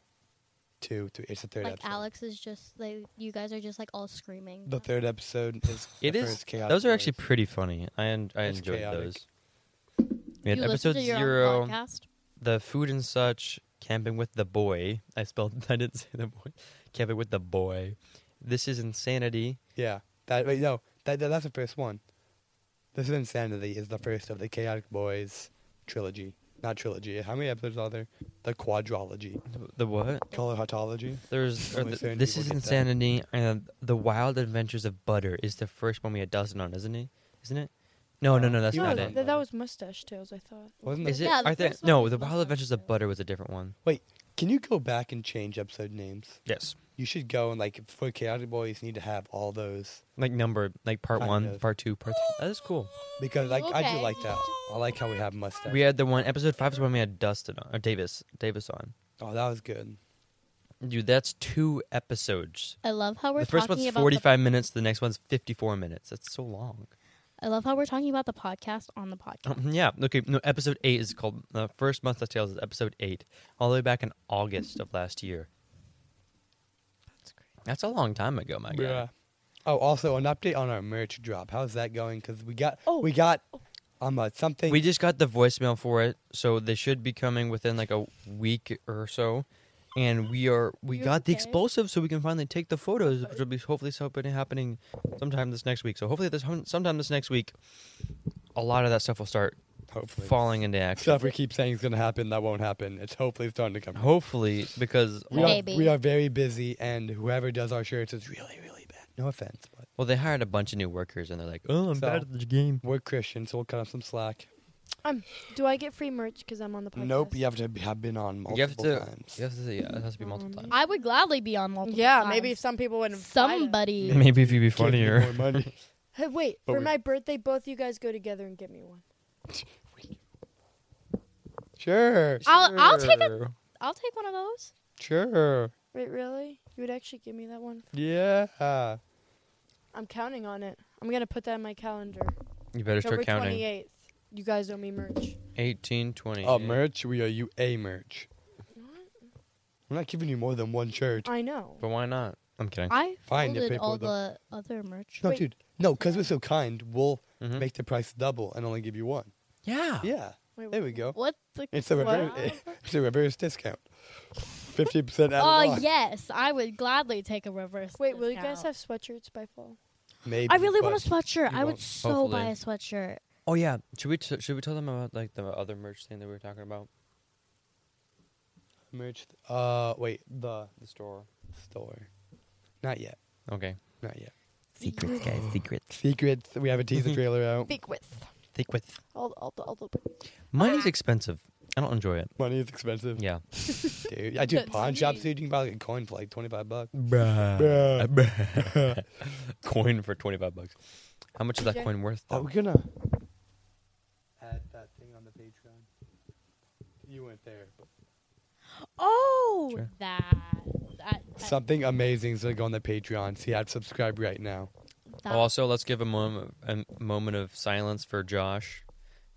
Speaker 3: two, three. It's the third
Speaker 4: Like
Speaker 3: episode.
Speaker 4: Alex is just like you guys are just like all screaming.
Speaker 3: The third episode is.
Speaker 1: It
Speaker 3: the
Speaker 1: is-
Speaker 3: First chaotic
Speaker 1: Those are actually
Speaker 3: Boys.
Speaker 1: pretty funny. I en- I
Speaker 3: It's
Speaker 1: enjoyed
Speaker 3: chaotic.
Speaker 1: those. We had
Speaker 4: you listen
Speaker 1: episode
Speaker 4: to your
Speaker 1: zero.
Speaker 4: own podcast?
Speaker 1: the food and such, camping with the boy. I spelled, I didn't say the boy. Camping with the boy. This is insanity.
Speaker 3: Yeah. That wait, no. That, that that's the first one. This is Insanity is the first of the Chaotic Boys trilogy. Not trilogy. How many episodes are there? The quadrology.
Speaker 1: The what?
Speaker 3: Coloratology.
Speaker 1: There's or
Speaker 3: Only
Speaker 1: th-
Speaker 3: certain
Speaker 1: this
Speaker 3: people
Speaker 1: is
Speaker 3: get that.
Speaker 1: insanity, and the wild adventures of Butter is the first one we had Dawson on, isn't he? Isn't it? No, no, no, that's
Speaker 3: You
Speaker 2: no,
Speaker 1: not
Speaker 3: were-
Speaker 1: it.
Speaker 2: that, that was Mustache Tales. I thought.
Speaker 3: Wasn't
Speaker 1: Is
Speaker 3: it?
Speaker 1: it?
Speaker 4: Yeah, the
Speaker 1: I think
Speaker 4: first one
Speaker 1: no.
Speaker 4: was
Speaker 1: The
Speaker 4: Lost
Speaker 1: Wild
Speaker 4: on
Speaker 1: Adventures of
Speaker 4: Earth.
Speaker 1: Butter was a different one.
Speaker 3: Can you go back and change episode names?
Speaker 1: Yes,
Speaker 3: You should go and like for Chaotic Boys you need to have all those
Speaker 1: like number, like part
Speaker 3: Kind
Speaker 1: one,
Speaker 3: of.
Speaker 1: part two, part. Th- that is cool.
Speaker 3: because like I do
Speaker 4: Okay.
Speaker 3: like that. I like how we have mustache.
Speaker 1: We had the one episode five is when we had Dustin on, or Davis, Davis on.
Speaker 3: oh, that was good.
Speaker 1: Dude, that's two episodes.
Speaker 4: I love how we're
Speaker 1: the first
Speaker 4: talking
Speaker 1: one's
Speaker 4: about
Speaker 1: 45 minutes the next one's 54 minutes that's so long
Speaker 4: The, I love how we're talking about the podcast on the podcast.
Speaker 1: um, yeah okay no episode 8 is called uh, first month of tales is episode 8 all the way back in august of last year
Speaker 2: That's great.
Speaker 1: that's a long time ago my guy
Speaker 3: Yeah. Oh, also an update on our merch drop. How's that going? Because we got
Speaker 2: Oh.
Speaker 3: we got um uh, something.
Speaker 1: we just got the voicemail for it so they should be coming within like a week or so and we are we
Speaker 4: You're
Speaker 1: got the
Speaker 4: okay?
Speaker 1: explosives, so we can finally take the photos, which will be hopefully something happening sometime this next week. So hopefully this hun- sometime this next week, a lot of that stuff will start
Speaker 3: Hopefully.
Speaker 1: falling into action.
Speaker 3: Stuff we keep saying is going to happen that won't happen. It's hopefully starting to come.
Speaker 1: Hopefully, because
Speaker 3: We
Speaker 1: all-
Speaker 3: are,
Speaker 4: Maybe.
Speaker 3: we are very busy, and whoever does our shirts is really, really bad. No offense, but
Speaker 1: well, they hired a bunch of new workers, and they're like, "Oh, I'm
Speaker 3: So-
Speaker 1: bad at this game."
Speaker 3: we're Christian, so we'll cut off some slack.
Speaker 2: Do I get free merch because I'm on the podcast?
Speaker 3: Nope, you have to be- have been on multiple
Speaker 1: You have to-
Speaker 3: times.
Speaker 1: You have to say, yeah, it has to be
Speaker 2: Oh,
Speaker 1: multiple
Speaker 2: man.
Speaker 1: times.
Speaker 4: I would gladly be on multiple.
Speaker 2: Yeah,
Speaker 4: times.
Speaker 2: maybe some people wouldn't.
Speaker 4: somebody.
Speaker 1: Maybe if you be
Speaker 3: Give me
Speaker 1: funnier.
Speaker 3: more money.
Speaker 2: Hey, wait.
Speaker 3: But
Speaker 2: for
Speaker 3: we-
Speaker 2: my birthday, both you guys go together and get me one.
Speaker 3: Sure.
Speaker 4: I'll- I'll take a-
Speaker 3: sure,
Speaker 4: I'll take one of those.
Speaker 3: Sure.
Speaker 2: Wait, really? You would actually give me that one?
Speaker 3: Yeah.
Speaker 2: I'm counting on it. I'm gonna put that in my calendar.
Speaker 1: You better
Speaker 2: October
Speaker 1: start counting.
Speaker 2: 28th. You guys owe me merch.
Speaker 1: Eighteen, twenty.
Speaker 3: Oh, merch? We are you a merch.
Speaker 2: What?
Speaker 3: We're not giving you more than one shirt.
Speaker 2: I know.
Speaker 1: But why not? I'm kidding.
Speaker 4: I
Speaker 3: Find it,
Speaker 4: folded
Speaker 3: people,
Speaker 4: all
Speaker 3: though.
Speaker 4: the other merch.
Speaker 3: No,
Speaker 2: Wait.
Speaker 3: dude. No, because we're so kind, we'll
Speaker 1: Mhm.
Speaker 3: make the price double and only give you one.
Speaker 1: yeah.
Speaker 3: Yeah.
Speaker 2: Wait,
Speaker 3: There we go.
Speaker 4: What the?
Speaker 3: It's a reverse, it's a reverse discount. 50% out
Speaker 4: Oh
Speaker 3: of off.
Speaker 4: yes, I would gladly take a reverse.
Speaker 2: Wait, will you guys have
Speaker 4: discount.
Speaker 2: sweatshirts by fall?
Speaker 3: Maybe,
Speaker 4: I really want
Speaker 3: but
Speaker 4: a sweatshirt.
Speaker 3: you
Speaker 4: I would
Speaker 3: won't,
Speaker 4: so buy
Speaker 1: hopefully.
Speaker 4: a sweatshirt.
Speaker 1: Oh yeah. Should we t- should we tell them about like the other merch thing that we were talking about?
Speaker 3: Merch. th- Uh, wait. The
Speaker 1: The store.
Speaker 3: store. Not yet.
Speaker 1: Okay.
Speaker 3: Not yet.
Speaker 1: Secrets, guys. Secrets.
Speaker 3: Secrets. We have a teaser
Speaker 1: Mhm.
Speaker 3: trailer out.
Speaker 2: Big width.
Speaker 1: Thick with.
Speaker 2: All, all, all the
Speaker 1: Money's expensive. I don't enjoy it.
Speaker 3: Money is expensive.
Speaker 1: Yeah.
Speaker 3: Dude, I do
Speaker 2: That's
Speaker 3: pawn shops,
Speaker 2: cheap.
Speaker 3: dude. You can buy like a coin for like 25 bucks.
Speaker 1: Bruh. Bruh. coin for twenty five bucks. How much is that
Speaker 2: Okay.
Speaker 1: coin worth?
Speaker 3: Are
Speaker 1: Though?
Speaker 3: we gonna add that thing on the Patreon? You weren't there. But
Speaker 4: Oh,
Speaker 1: Sure.
Speaker 4: that. that, that
Speaker 3: Something amazing is gonna go on the Patreon. See, I'd subscribe right now.
Speaker 4: that-
Speaker 1: also, let's give a moment a moment of silence for Josh,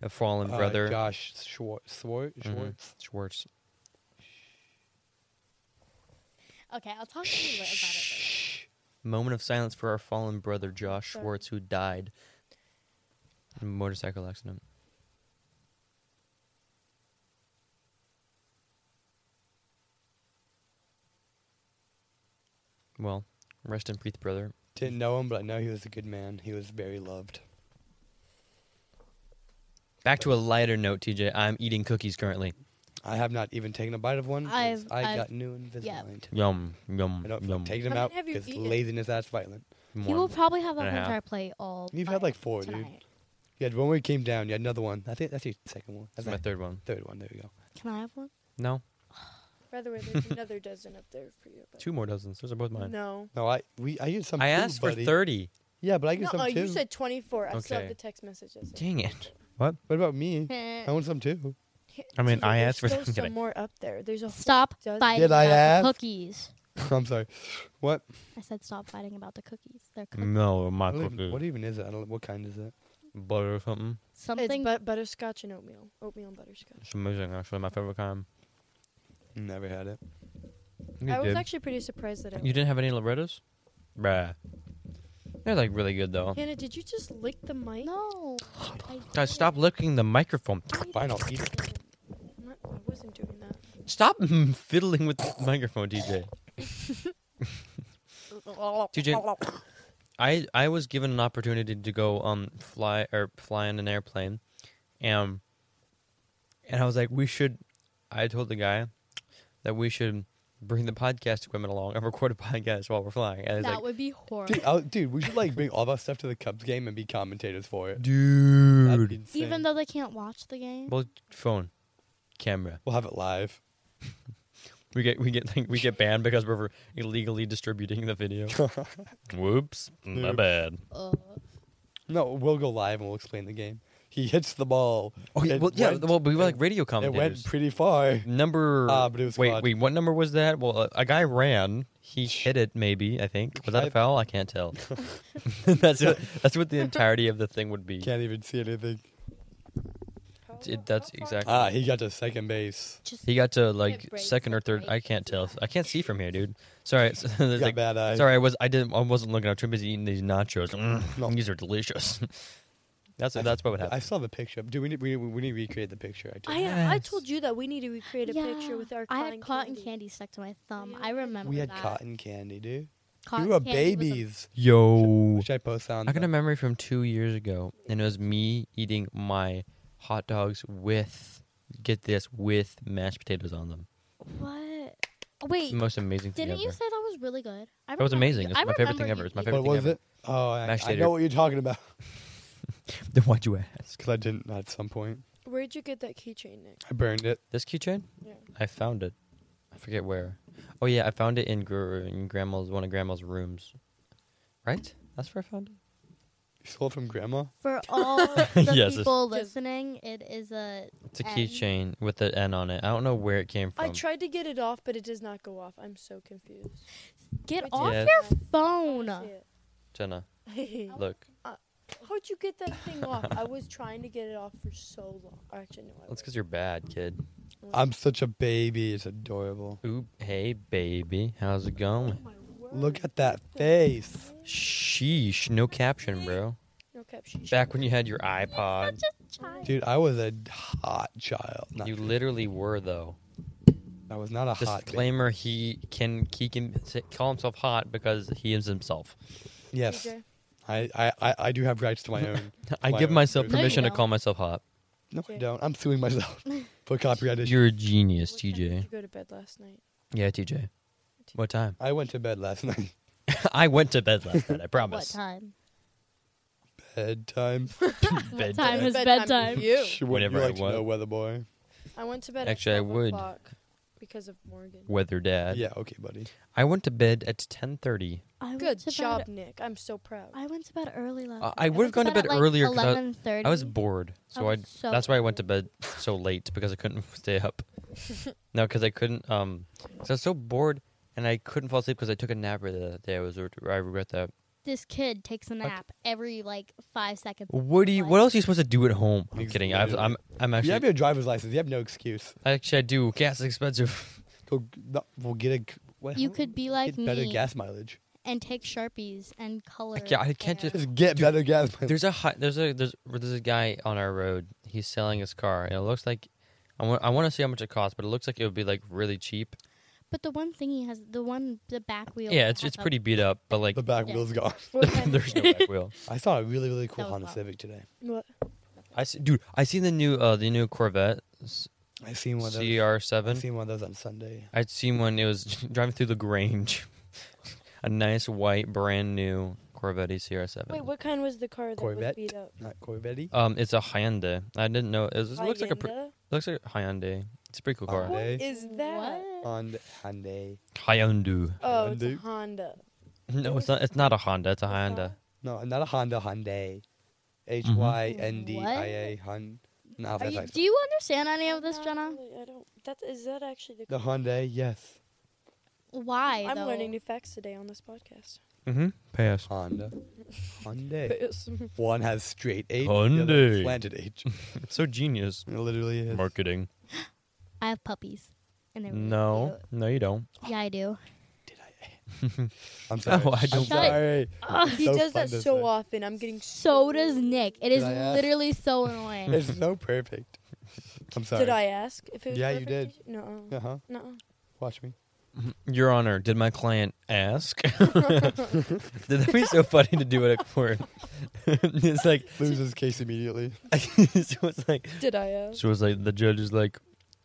Speaker 1: a fallen
Speaker 3: Uh,
Speaker 1: brother.
Speaker 3: Josh Schwartz. Schwartz.
Speaker 1: Mhm.
Speaker 3: Schwartz.
Speaker 1: Schwartz.
Speaker 4: Okay, I'll talk to you about it later.
Speaker 1: Moment of silence for our fallen brother Josh
Speaker 2: Sorry.
Speaker 1: Schwartz, who died in a motorcycle accident. Well, rest in peace, brother.
Speaker 3: Didn't know him, but I know he was a good man. He was very loved.
Speaker 1: Back to a lighter note, TJ. I'm eating cookies currently.
Speaker 3: I have not even taken a bite of one. 'cause
Speaker 4: I've-
Speaker 3: I
Speaker 4: I've-
Speaker 3: got new Invisalign.
Speaker 4: yeah.
Speaker 1: Yum, yum,
Speaker 3: I don't
Speaker 1: yum.
Speaker 3: I'm taking them
Speaker 2: How
Speaker 3: out
Speaker 2: many have you
Speaker 3: because
Speaker 2: eaten?
Speaker 3: laziness that's violent.
Speaker 4: You will
Speaker 1: More.
Speaker 4: probably have the
Speaker 1: and a
Speaker 4: whole
Speaker 1: half.
Speaker 4: entire plate all.
Speaker 3: You've
Speaker 4: by
Speaker 3: had, like, four, dude.
Speaker 4: tonight.
Speaker 3: You had one where you came down. You had another one. I think that's your second one.
Speaker 1: That's
Speaker 3: That's
Speaker 1: my
Speaker 3: my
Speaker 1: third one.
Speaker 3: third one. There we go.
Speaker 4: Can I have one?
Speaker 1: No,
Speaker 2: By the way, there's another dozen up there for you. But
Speaker 1: two more dozens. Those are both mine.
Speaker 2: No.
Speaker 3: No, I we I used some.
Speaker 1: I
Speaker 3: too,
Speaker 1: asked for
Speaker 3: buddy.
Speaker 1: 30.
Speaker 3: Yeah, but I
Speaker 2: No,
Speaker 3: get some
Speaker 2: uh,
Speaker 3: too.
Speaker 2: you said 24. I still
Speaker 1: Okay.
Speaker 2: have the text messages.
Speaker 1: Dang it.
Speaker 3: what about me? I
Speaker 4: Eh.
Speaker 3: want some too.
Speaker 1: I mean,
Speaker 2: TJ,
Speaker 1: I
Speaker 2: there's
Speaker 1: asked for-
Speaker 2: still
Speaker 1: I'm kidding.
Speaker 2: some more up there. There's a whole
Speaker 4: Stop
Speaker 2: dozen.
Speaker 4: fighting
Speaker 3: Did I
Speaker 4: about
Speaker 3: ask?
Speaker 4: the cookies.
Speaker 3: I'm sorry. What?
Speaker 4: I said stop fighting about the cookies. They're cookies.
Speaker 1: No, my
Speaker 3: I don't even-
Speaker 1: cookie.
Speaker 3: what even is it? I don't. What kind is it?
Speaker 1: Butter or something.
Speaker 4: Something.
Speaker 2: It's but- butterscotch and oatmeal. Oatmeal and butterscotch.
Speaker 1: It's amazing, actually. My favorite kind.
Speaker 3: Never had it.
Speaker 1: You
Speaker 2: I was
Speaker 1: did.
Speaker 2: actually pretty surprised that I.
Speaker 1: You didn't have any Lorettos? Bruh. They're like really good though.
Speaker 2: Hannah, did you just lick the mic?
Speaker 4: no.
Speaker 1: Guys, stop licking the microphone.
Speaker 3: Fine, I'll eat. it.
Speaker 2: I'm not- I wasn't doing that.
Speaker 1: Stop fiddling with the microphone, DJ. TJ, I I was given an opportunity to go um fly or fly in an airplane, um, and I was like, we should. I told the guy that we should bring the podcast equipment along and record a podcast while we're flying. And he's
Speaker 4: That
Speaker 1: like,
Speaker 4: would be horrible.
Speaker 3: Dude, I'll- dude, we should like bring all of our stuff to the Cubs game and be commentators for it. That'd be
Speaker 1: dude,
Speaker 3: insane.
Speaker 4: Even though they can't watch the game.
Speaker 1: well, phone, camera.
Speaker 3: we'll have it live.
Speaker 1: We get we get like, we get banned because we're illegally distributing the video. Whoops, my
Speaker 3: Oops.
Speaker 1: bad.
Speaker 4: Uh,
Speaker 3: No, we'll go live and we'll explain the game. He hits the ball.
Speaker 1: Okay,
Speaker 3: It
Speaker 1: well, Oh, yeah,
Speaker 3: went-
Speaker 1: well, we were
Speaker 3: it-
Speaker 1: like radio
Speaker 3: It
Speaker 1: commentators.
Speaker 3: went pretty far.
Speaker 1: number,
Speaker 3: Ah, but it was
Speaker 1: wait,
Speaker 3: caught.
Speaker 1: wait, what number was that? Well, a, a guy ran. He hit it, maybe. I think was that a
Speaker 3: I-
Speaker 1: foul? I can't tell. that's what, that's what the entirety of the thing would be.
Speaker 3: Can't even see anything.
Speaker 1: It- that's exactly.
Speaker 3: Ah, he got to second base.
Speaker 4: just
Speaker 1: He got to like
Speaker 4: It breaks
Speaker 1: second or
Speaker 4: the
Speaker 1: third. I
Speaker 4: break.
Speaker 1: can't tell. I can't see from here, dude. Sorry, it's- there's
Speaker 3: got
Speaker 1: like-
Speaker 3: bad eyes.
Speaker 1: sorry. I was I didn't I wasn't looking. I'm too busy eating these nachos. Mm,
Speaker 3: No.
Speaker 1: These are delicious. That's
Speaker 3: I-
Speaker 1: that's what would
Speaker 3: I
Speaker 1: happen.
Speaker 3: still have a picture. Do we need we, we need to recreate the picture? I
Speaker 2: I uh,
Speaker 3: did.
Speaker 2: I
Speaker 1: Yes.
Speaker 2: told you that we need to recreate a picture with our
Speaker 4: I
Speaker 2: cotton
Speaker 4: had cotton candy. stuck to my thumb. I remember
Speaker 3: we had
Speaker 4: that.
Speaker 3: cotton candy, dude.
Speaker 4: Cotton
Speaker 3: we were
Speaker 4: candy was a-
Speaker 3: babies.
Speaker 1: Yo,
Speaker 3: Should I post that on?
Speaker 1: I got
Speaker 3: the-
Speaker 1: a memory from two years ago, and it was me eating my hot dogs with, get this, with mashed potatoes on them.
Speaker 4: what?
Speaker 1: It's
Speaker 4: Wait,
Speaker 1: the most amazing thing
Speaker 4: didn't
Speaker 1: ever.
Speaker 4: you say that was really good? I
Speaker 1: That was
Speaker 4: remember
Speaker 1: amazing.
Speaker 4: you-
Speaker 1: It's
Speaker 4: I
Speaker 1: my favorite thing
Speaker 4: remember
Speaker 1: ever.
Speaker 4: you
Speaker 1: It's my
Speaker 4: eat-
Speaker 1: favorite
Speaker 3: What
Speaker 1: thing
Speaker 3: was
Speaker 1: ever.
Speaker 3: it? Oh, I,
Speaker 1: Mashed
Speaker 3: I
Speaker 1: potato.
Speaker 3: know what you're talking about.
Speaker 1: Then why'd you ask?
Speaker 3: Because I didn't at some point.
Speaker 2: Where'd you get that keychain, Nick?
Speaker 3: I burned it.
Speaker 1: This keychain?
Speaker 2: Yeah.
Speaker 1: I found it. I forget where. Oh yeah, I found it in, gr- in grandma's one of grandma's rooms. Right? That's where I found it.
Speaker 3: You stole it from grandma.
Speaker 4: For all the
Speaker 1: Yes, it's-
Speaker 4: people
Speaker 2: Just-
Speaker 4: listening, it is a
Speaker 1: It's a
Speaker 4: N.
Speaker 1: keychain with the N on it. I don't know where it came from.
Speaker 2: I tried to get it off, but it does not go off. I'm so confused.
Speaker 4: get
Speaker 2: Wait,
Speaker 4: off
Speaker 1: Yeah.
Speaker 4: your
Speaker 2: Yes.
Speaker 4: phone.
Speaker 2: I
Speaker 1: Jenna,
Speaker 2: see it.
Speaker 1: look.
Speaker 2: How'd you get that thing off? I was trying to get it off for so long. Actually, no. I
Speaker 1: That's because you're bad, kid.
Speaker 2: wasn't.
Speaker 3: I'm such a baby. It's adorable.
Speaker 1: Oop. Hey, baby. How's it going?
Speaker 2: Oh My word.
Speaker 3: Look at that face.
Speaker 1: Sheesh. No caption, bro.
Speaker 2: No caption.
Speaker 1: Back when you had your iPod.
Speaker 3: Dude, I was a hot child. No,
Speaker 1: You literally were, though.
Speaker 3: I was not a hot baby.
Speaker 1: Disclaimer: He can he can say- call himself hot because he is himself.
Speaker 3: Yes,
Speaker 2: TJ.
Speaker 3: I, I, I, I do have rights to my own.
Speaker 1: I
Speaker 3: Why
Speaker 1: give
Speaker 3: not?
Speaker 1: myself
Speaker 3: No, you
Speaker 1: permission to
Speaker 4: don't.
Speaker 1: call myself hot.
Speaker 3: No, I
Speaker 2: Okay.
Speaker 3: don't. I'm suing myself for copyright issues.
Speaker 1: You're a genius,
Speaker 2: What time Did
Speaker 1: TJ.
Speaker 2: you go to bed last night?
Speaker 1: Yeah, TJ. What time?
Speaker 3: I went to bed last night.
Speaker 1: I went to bed last night. I
Speaker 4: What
Speaker 1: promise.
Speaker 4: time?
Speaker 3: Bedtime.
Speaker 1: Bed uh,
Speaker 4: time
Speaker 1: time.
Speaker 4: is- bedtime.
Speaker 2: for You.
Speaker 3: Sh- wouldn't
Speaker 1: Whenever
Speaker 3: you
Speaker 1: I
Speaker 3: like to
Speaker 1: want.
Speaker 3: know, weather boy.
Speaker 2: I went to bed.
Speaker 1: Actually, I
Speaker 2: at 12
Speaker 1: would.
Speaker 2: o'clock Because of Morgan.
Speaker 1: Weather dad.
Speaker 3: Yeah, okay, buddy.
Speaker 1: I went to bed at 10:30.
Speaker 4: I
Speaker 2: Good
Speaker 4: went to
Speaker 2: job,
Speaker 4: Bed,
Speaker 2: Nick. I'm so proud.
Speaker 4: I went to bed early last.
Speaker 1: Uh, I- I would've gone to bed earlier 'cause I-
Speaker 4: Eleven thirty.
Speaker 1: I was bored, so I,
Speaker 4: was so
Speaker 1: that's why I went to bed so late because I couldn't stay up. no, because I couldn't. Um, 'cause I was so bored and I couldn't fall asleep because I took a nap the other day. I was I regret that.
Speaker 4: This kid takes a nap every like five seconds.
Speaker 1: What do you? What else are you supposed to do at home? I'm
Speaker 3: Ex-
Speaker 1: kidding. I've, I'm I'm
Speaker 3: you
Speaker 1: actually
Speaker 3: have your driver's license. You have no excuse.
Speaker 1: actually I do. Gas is expensive.
Speaker 3: Go, no, we'll get a. What,
Speaker 4: You could be like
Speaker 3: get better
Speaker 4: me
Speaker 3: gas mileage.
Speaker 4: and take sharpies and color.
Speaker 1: ca- I can't
Speaker 4: their-
Speaker 1: just-
Speaker 3: Just get better gas mileage.
Speaker 1: There's a hi- there's a there's there's a guy on our road. He's selling his car, and it looks like I want I want to see how much it costs, but it looks like it would be like really cheap.
Speaker 4: But the one thing he has, the one the back wheel.
Speaker 1: Yeah, it's
Speaker 4: has
Speaker 1: it's
Speaker 4: a-
Speaker 1: pretty beat up, but like
Speaker 3: the back
Speaker 4: Yeah.
Speaker 3: wheel's gone.
Speaker 2: What kind of-
Speaker 1: there's no back wheel.
Speaker 3: I saw a really really cool
Speaker 4: was
Speaker 3: Honda
Speaker 4: fun.
Speaker 3: Civic today.
Speaker 2: what?
Speaker 1: I see, dude, I seen the new uh the new Corvette s-
Speaker 3: I seen one of those. I
Speaker 1: CR7.
Speaker 3: seen one of those on Sunday.
Speaker 1: I'd seen one. It was driving through the Grange, a nice white, brand new Corvette CR7.
Speaker 2: Wait, what kind was the car that was
Speaker 3: Corvette?
Speaker 2: beat up?
Speaker 3: Not Corvette.
Speaker 1: Um, it's a Hyundai. I didn't know. It, was, it looks like a pre-
Speaker 2: Hyundai?
Speaker 1: looks like a Hyundai. It's a pretty cool car.
Speaker 2: What
Speaker 3: Hyundai.
Speaker 2: is that?
Speaker 4: What?
Speaker 3: Honda Hyundai.
Speaker 1: Hyundai.
Speaker 2: Oh, it's a
Speaker 3: Hyundai.
Speaker 2: Honda.
Speaker 1: No, it's not. It's not a Honda. It's a Hyundai.
Speaker 3: No, not a Honda Hyundai.
Speaker 1: Mm-hmm.
Speaker 3: H Y N D I A Hun. No,
Speaker 4: Are
Speaker 3: that's
Speaker 4: you,
Speaker 3: like
Speaker 4: do you understand any of this,
Speaker 2: Not
Speaker 4: Jenna?
Speaker 2: really, I don't. That is that actually the.
Speaker 3: the Hyundai. Yes,
Speaker 4: Why?
Speaker 2: I'm
Speaker 4: though?
Speaker 2: learning new facts today on this podcast.
Speaker 1: Mm-hmm. Pass.
Speaker 3: Honda. Hyundai.
Speaker 2: Yes.
Speaker 3: One has straight H. the other
Speaker 1: Hyundai.
Speaker 3: Slanted H.
Speaker 1: It's so genius.
Speaker 3: It literally is.
Speaker 1: Marketing.
Speaker 4: I have puppies. And they're really
Speaker 1: No, no, you don't.
Speaker 4: cute. Yeah, I do.
Speaker 3: I'm sorry.
Speaker 1: No, Oh, I
Speaker 3: I'm
Speaker 1: don't-
Speaker 3: sorry.
Speaker 2: he
Speaker 3: So
Speaker 2: does
Speaker 3: fun
Speaker 2: that
Speaker 3: to
Speaker 2: so
Speaker 3: say.
Speaker 2: often. I'm getting
Speaker 4: So does Nick. It is
Speaker 3: I ask?
Speaker 4: literally so annoying.
Speaker 3: It's so perfect. I'm sorry.
Speaker 2: Did I ask if it was
Speaker 3: Yeah, you
Speaker 2: perfect?
Speaker 3: did.
Speaker 2: No.
Speaker 3: Uh huh.
Speaker 2: No.
Speaker 3: Watch me.
Speaker 1: Your Honor, did my client ask? That'd be so funny to do it at court. it's like,
Speaker 3: Lose his case immediately.
Speaker 1: so it's like,
Speaker 2: Did I ask?
Speaker 1: so it's like the judge is like,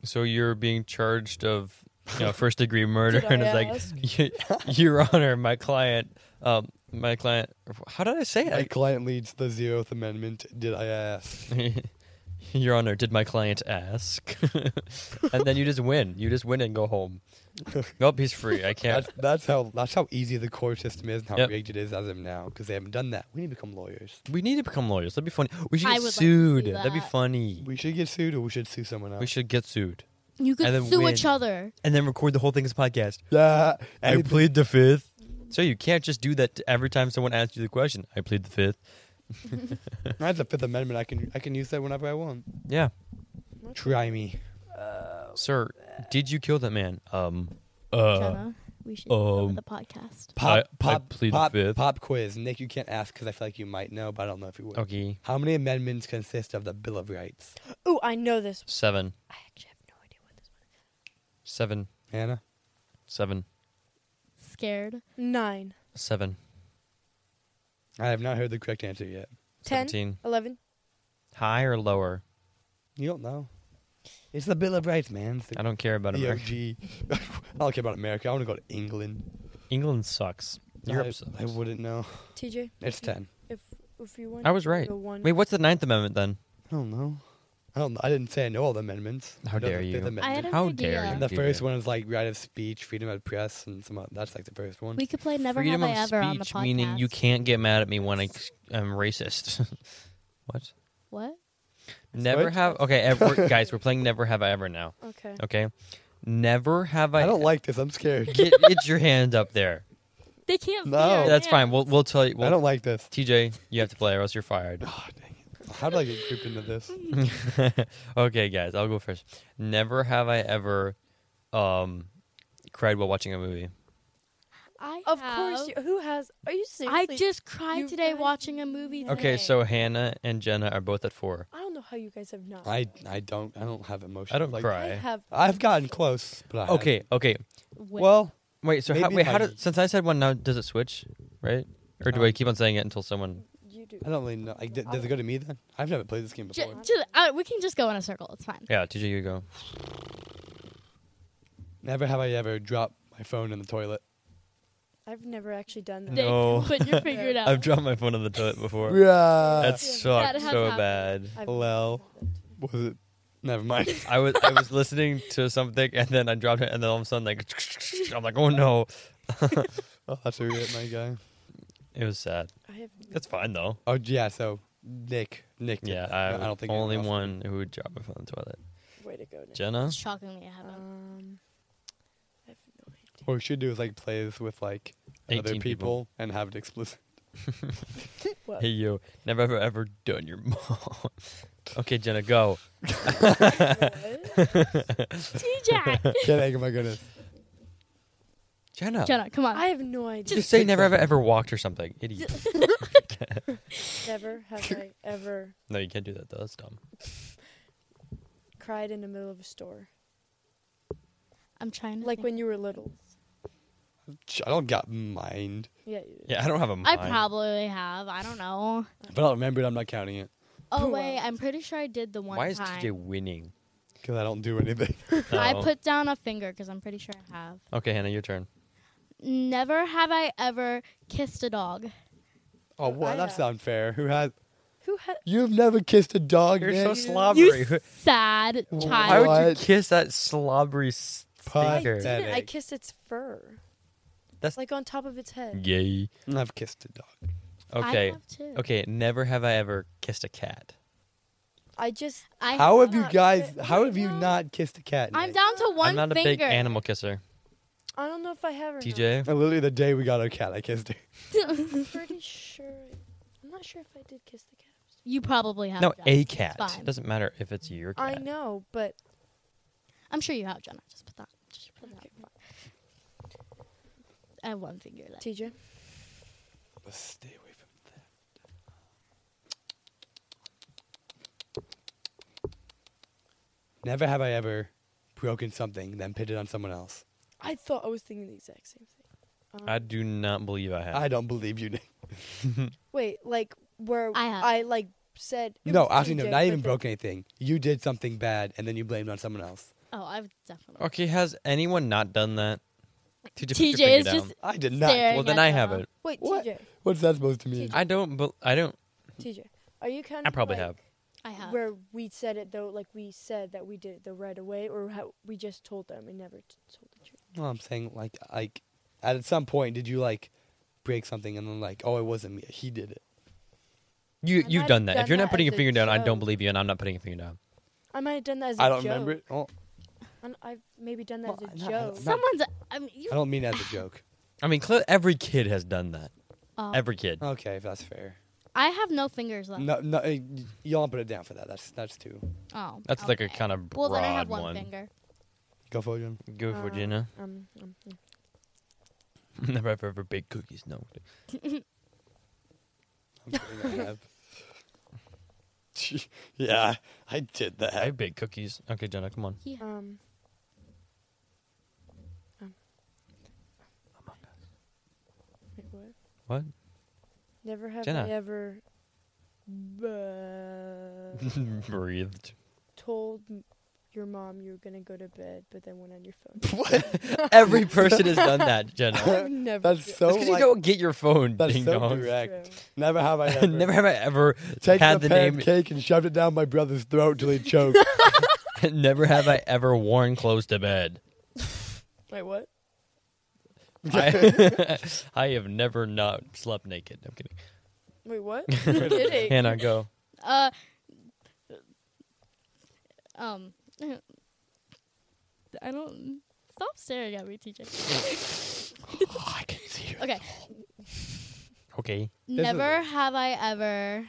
Speaker 1: so you're being charged of, you know, first degree murder,
Speaker 2: Did I
Speaker 1: and it's like, "Y- Your Honor, my client, um, my client. How did I say
Speaker 3: My
Speaker 1: it?
Speaker 3: client leads the Zeroth Amendment. Did I uh, ask?
Speaker 1: Your Honor, did my client ask? and then you just win. You just win and go home. Nope, he's free. I can't.
Speaker 3: That's, that's how that's how easy the court system is and how
Speaker 1: Yep.
Speaker 3: rigged it is as of now because they haven't done that. We need to become lawyers.
Speaker 1: We need to become lawyers. That'd be funny. We should
Speaker 4: I
Speaker 1: get
Speaker 4: would like to see
Speaker 1: sued. That'd be
Speaker 4: that.
Speaker 1: funny.
Speaker 3: We should get sued or we should sue someone else.
Speaker 1: We should get sued.
Speaker 4: You could
Speaker 1: And then
Speaker 4: sue
Speaker 1: win.
Speaker 4: each other.
Speaker 1: And then record the whole thing as a podcast.
Speaker 3: Yeah, anything-
Speaker 1: plead the fifth. So you can't just do that to every time someone asks you the question. I plead the fifth.
Speaker 3: I have the Fifth Amendment. I can I can use that whenever I want.
Speaker 1: Yeah.
Speaker 3: Try me.
Speaker 1: Sir, did you kill that man? Um, uh,
Speaker 4: Jenna. we should go
Speaker 1: Um,
Speaker 4: with the podcast.
Speaker 1: I- I
Speaker 3: Pop, pop,
Speaker 1: plead the
Speaker 3: pop,
Speaker 1: fifth.
Speaker 3: pop quiz. Nick, you can't ask because I feel like you might know, but I don't know if you would.
Speaker 1: Okay.
Speaker 3: How many amendments consist of the Bill of Rights?
Speaker 2: Ooh, I know this.
Speaker 1: Seven.
Speaker 2: I actually have no idea what this
Speaker 1: Seven.
Speaker 3: Hannah?
Speaker 1: Seven.
Speaker 4: Scared.
Speaker 2: one. Nine.
Speaker 1: Seven.
Speaker 3: I have not heard the correct answer yet.
Speaker 2: Ten.
Speaker 1: Seventeen.
Speaker 2: Eleven.
Speaker 1: High or lower?
Speaker 3: You don't know. It's the Bill of Rights, man. It's the,
Speaker 1: I don't care about
Speaker 3: the
Speaker 1: America.
Speaker 3: OG. I don't care about America. I want to go to England.
Speaker 1: England sucks. Europe
Speaker 3: I,
Speaker 1: sucks.
Speaker 3: I wouldn't know.
Speaker 2: TJ,
Speaker 3: It's 10.
Speaker 2: if if you want,
Speaker 1: I was right.
Speaker 2: The one.
Speaker 1: Wait, what's the Ninth Amendment then?
Speaker 3: I don't know. I don't. I didn't say I know all the amendments.
Speaker 1: How
Speaker 3: I know the
Speaker 1: dare
Speaker 3: Fifth
Speaker 1: you.
Speaker 3: Amendment.
Speaker 4: I had an
Speaker 1: How
Speaker 4: idea.
Speaker 1: dare you.
Speaker 3: And the
Speaker 1: do
Speaker 3: first
Speaker 1: that.
Speaker 3: one is like right of speech, freedom of press, and some. oth- That's like the first one.
Speaker 4: We could play Never
Speaker 1: Freedom
Speaker 4: Have I
Speaker 1: of
Speaker 4: Ever on the
Speaker 1: speech,
Speaker 4: podcast.
Speaker 1: meaning you can't get mad at me when I am racist. what?
Speaker 4: What?
Speaker 1: Never
Speaker 3: What?
Speaker 1: have. Okay, ev- we're- guys, we're playing Never Have I Ever now.
Speaker 2: Okay.
Speaker 1: Okay, Never Have I.
Speaker 3: I don't like this. I'm scared.
Speaker 1: Get, get your hand up there.
Speaker 4: They can't.
Speaker 3: No. Oh.
Speaker 1: That's fine. We'll we'll tell you.
Speaker 3: I
Speaker 1: We'll,
Speaker 3: don't like this.
Speaker 1: TJ, you have to play or else you're fired.
Speaker 3: Oh, dang it. How did I get grouped into this?
Speaker 1: okay, guys, I'll go first. Never have I ever um cried while watching a movie.
Speaker 4: I
Speaker 2: Of
Speaker 4: have.
Speaker 2: course. You, who has? Are you serious?
Speaker 4: I just cried
Speaker 2: You
Speaker 4: today
Speaker 2: guys-
Speaker 4: watching a movie.
Speaker 1: Okay,
Speaker 4: today.
Speaker 1: so Hannah and Jenna are both at four.
Speaker 2: I don't know how you guys have not.
Speaker 3: I I don't I don't have emotion.
Speaker 1: I don't
Speaker 3: like,
Speaker 1: cry.
Speaker 2: I have.
Speaker 3: I've gotten close, but I haven't.
Speaker 1: Okay, okay.
Speaker 4: Wait.
Speaker 3: Well,
Speaker 1: Wait, so how,
Speaker 3: Maybe
Speaker 1: wait,
Speaker 3: if
Speaker 1: how
Speaker 3: I-
Speaker 1: does since I said one now does it switch, right? Or do I
Speaker 3: Um,
Speaker 1: keep on saying it until someone?
Speaker 2: You do.
Speaker 3: I don't really know. Like, d- does it go to me then? I've never played this game
Speaker 4: Ju-
Speaker 3: before.
Speaker 4: ju- uh, we can just go in a circle. It's fine.
Speaker 1: Yeah, TJ, you go.
Speaker 3: Never have I ever dropped my phone in the toilet.
Speaker 2: I've never actually done that.
Speaker 4: Nick,
Speaker 1: No.
Speaker 4: Put your finger it out.
Speaker 1: I've dropped my phone on the toilet before.
Speaker 3: Yeah.
Speaker 1: That sucked
Speaker 4: Oh. That has
Speaker 1: so
Speaker 4: happened.
Speaker 1: bad.
Speaker 2: I've
Speaker 3: Well. Was it? Never mind.
Speaker 1: I was I was listening to something and then I dropped it and then all of a sudden like I'm like oh no,
Speaker 3: oh, that's a weird, my guy.
Speaker 1: it was sad.
Speaker 2: I have.
Speaker 1: That's fine though.
Speaker 3: Oh yeah. So Nick, Nick. did
Speaker 1: Yeah,
Speaker 3: that.
Speaker 1: I'm
Speaker 3: No, I don't think
Speaker 1: only
Speaker 3: anyone else
Speaker 1: one who would drop my phone in the toilet.
Speaker 2: Way to go, Nick.
Speaker 1: Jenna,
Speaker 4: It's shocking me. I haven't.
Speaker 2: Um, I have no idea.
Speaker 3: What we should do is like play this with like other
Speaker 1: 18
Speaker 3: people,
Speaker 1: people.
Speaker 3: and have it explicit.
Speaker 2: What?
Speaker 1: hey you, never ever ever done your mom. okay, Jenna, go.
Speaker 2: What?
Speaker 4: TJ.
Speaker 3: Can't egg, my goodness.
Speaker 1: Jenna,
Speaker 4: Jenna, come on.
Speaker 2: I have no idea.
Speaker 1: just say never ever ever walked or something, idiot.
Speaker 2: Never have I ever
Speaker 1: no, you can't do that though. That's dumb.
Speaker 2: cried in the middle of a store,
Speaker 4: I'm trying to.
Speaker 2: like
Speaker 4: think.
Speaker 2: when you were little.
Speaker 3: Ch- I don't got mind,
Speaker 2: Yeah. You did.
Speaker 1: Yeah, I don't have a mind.
Speaker 4: I probably have. I don't know.
Speaker 3: but I'll remember it. I'm not counting it
Speaker 4: Oh
Speaker 2: Who
Speaker 4: wait,
Speaker 2: else?
Speaker 4: I'm pretty sure I did the one
Speaker 1: Why is
Speaker 4: time.
Speaker 1: TJ winning?
Speaker 3: because I don't do anything.
Speaker 4: I
Speaker 1: Oh.
Speaker 4: put down a finger because I'm pretty sure I have.
Speaker 1: Okay, Hannah, your turn.
Speaker 4: Never have I ever kissed a dog.
Speaker 3: Oh, what?
Speaker 2: I
Speaker 3: That's
Speaker 2: have.
Speaker 3: unfair. Who has?
Speaker 2: Who had?
Speaker 3: You've never kissed a dog.
Speaker 1: You're
Speaker 3: Nick?
Speaker 1: so slobbery.
Speaker 4: You sad
Speaker 3: Why
Speaker 1: Why
Speaker 4: child.
Speaker 1: would you
Speaker 3: What?
Speaker 1: kiss that slobbery s-
Speaker 2: I
Speaker 3: Pie.
Speaker 1: stinker?
Speaker 3: Sure.
Speaker 2: didn't. I
Speaker 3: Pathetic.
Speaker 2: kissed its fur.
Speaker 1: That's-
Speaker 2: like on top of its head.
Speaker 1: Gay.
Speaker 3: I've kissed a dog.
Speaker 1: Okay.
Speaker 4: I have too.
Speaker 1: Okay, never have I ever kissed a cat.
Speaker 2: I just.
Speaker 4: I
Speaker 3: How have you
Speaker 2: not
Speaker 3: guys?
Speaker 2: fit-
Speaker 3: How have you
Speaker 4: No.
Speaker 3: not kissed a cat?
Speaker 4: I'm
Speaker 3: Nick?
Speaker 4: down to one
Speaker 1: I'm not
Speaker 4: finger.
Speaker 1: a big animal kisser.
Speaker 2: I don't know if I have or
Speaker 1: TJ?
Speaker 3: And literally the day we got our cat, I kissed her.
Speaker 2: not. I'm pretty sure. I, I'm not sure if I did kiss the cat.
Speaker 4: You probably have.
Speaker 1: No,
Speaker 4: Jenna.
Speaker 1: a
Speaker 4: It's
Speaker 1: cat.
Speaker 4: fine.
Speaker 1: doesn't matter if it's your cat.
Speaker 2: I know, but
Speaker 4: I'm sure you have, Jenna. Just put that. Just put that.
Speaker 2: Okay, fine.
Speaker 4: I have one finger left.
Speaker 2: TJ.
Speaker 3: Stay away from that. Never have I ever broken something then pitted on someone else.
Speaker 2: I thought I was thinking the exact same thing. Um,
Speaker 1: I do not believe I have.
Speaker 3: I don't believe you. Nick.
Speaker 2: Wait, like where
Speaker 4: I have.
Speaker 2: I like said. it
Speaker 3: No,
Speaker 2: was
Speaker 3: actually, no,
Speaker 2: TJ,
Speaker 3: not
Speaker 2: but
Speaker 3: even
Speaker 2: then-
Speaker 3: broke anything. You did something bad and then you blamed it on someone else.
Speaker 4: Oh, I've definitely.
Speaker 1: okay, has anyone not done that? TJ, put your
Speaker 4: TJ is
Speaker 1: finger down.
Speaker 4: just.
Speaker 3: I did not.
Speaker 4: Staring.
Speaker 1: Well, then
Speaker 4: at
Speaker 1: I have
Speaker 4: Jenna.
Speaker 1: it.
Speaker 2: Wait,
Speaker 3: What?
Speaker 2: TJ.
Speaker 3: What's that supposed to mean?
Speaker 2: TJ.
Speaker 1: I don't. bel I don't.
Speaker 2: TJ, are you kind
Speaker 1: I
Speaker 2: of
Speaker 1: probably
Speaker 2: like
Speaker 1: have.
Speaker 4: I have.
Speaker 2: where we said it though, like we said that we did it though right away, or how we just told them and never t- told the truth?
Speaker 3: Well, I'm saying like like at some point did you like break something and then like oh it wasn't me he did it.
Speaker 1: You
Speaker 2: I might
Speaker 1: you've
Speaker 2: have
Speaker 1: done that.
Speaker 2: done
Speaker 1: if you're
Speaker 2: that
Speaker 1: not putting
Speaker 2: as
Speaker 1: your
Speaker 2: a
Speaker 1: finger down, I don't
Speaker 2: joke.
Speaker 1: believe you, and I'm not putting a finger down.
Speaker 2: I might have done that as a
Speaker 3: I don't
Speaker 2: joke.
Speaker 3: remember it. Oh,
Speaker 2: And I've maybe done that
Speaker 3: Well,
Speaker 2: as a
Speaker 3: I- no,
Speaker 2: joke.
Speaker 3: it's not-
Speaker 4: Someone's. I mean, you.
Speaker 3: Oh, I don't mean as a joke.
Speaker 1: I mean, clear, every kid has done that.
Speaker 4: uh,
Speaker 1: Every kid.
Speaker 3: Okay, if that's fair.
Speaker 4: I have no fingers left.
Speaker 3: No, no, eh, you all put it down for that. That's that's two.
Speaker 4: Oh.
Speaker 1: That's like a
Speaker 4: okay.
Speaker 1: kind of broad
Speaker 4: Well, then I have one,
Speaker 1: one.
Speaker 4: finger.
Speaker 3: Go for it, John.
Speaker 1: Go for
Speaker 2: Uh,
Speaker 1: Jenna.
Speaker 2: Um, um, mm.
Speaker 1: Never ever ever bake cookies. No.
Speaker 3: I'm kidding, I have. Gee, yeah, I did that.
Speaker 1: I bake cookies. Okay, Jenna, come on.
Speaker 4: Yeah.
Speaker 2: Um. um, Wait, what?
Speaker 1: What?
Speaker 2: Never have
Speaker 1: Jenna.
Speaker 2: I ever uh,
Speaker 1: Breathed.
Speaker 2: told m- your mom you were gonna go to bed, but then went on your phone.
Speaker 1: Every person has done that, Jenna.
Speaker 2: I've never.
Speaker 3: That's
Speaker 2: done-
Speaker 3: so.
Speaker 1: That's because you
Speaker 3: like-
Speaker 1: don't get your phone,
Speaker 3: That's
Speaker 1: ding
Speaker 3: so
Speaker 1: dong.
Speaker 2: That's
Speaker 3: correct.
Speaker 2: true.
Speaker 3: Never have I ever.
Speaker 1: Never have I ever
Speaker 3: Take
Speaker 1: had
Speaker 3: the,
Speaker 1: the name.
Speaker 3: pancake and shoved it down my brother's throat till he choked.
Speaker 1: Never have I ever worn clothes to bed.
Speaker 2: Wait, what?
Speaker 1: I, I have never not slept naked. I'm kidding.
Speaker 2: Wait, what? You're kidding.
Speaker 1: Hannah, go.
Speaker 4: Uh. Um. I don't. Stop staring at me, teacher.
Speaker 1: Oh,
Speaker 3: I can see you.
Speaker 4: Okay.
Speaker 1: Okay.
Speaker 3: is
Speaker 4: Never
Speaker 3: a-
Speaker 4: have I ever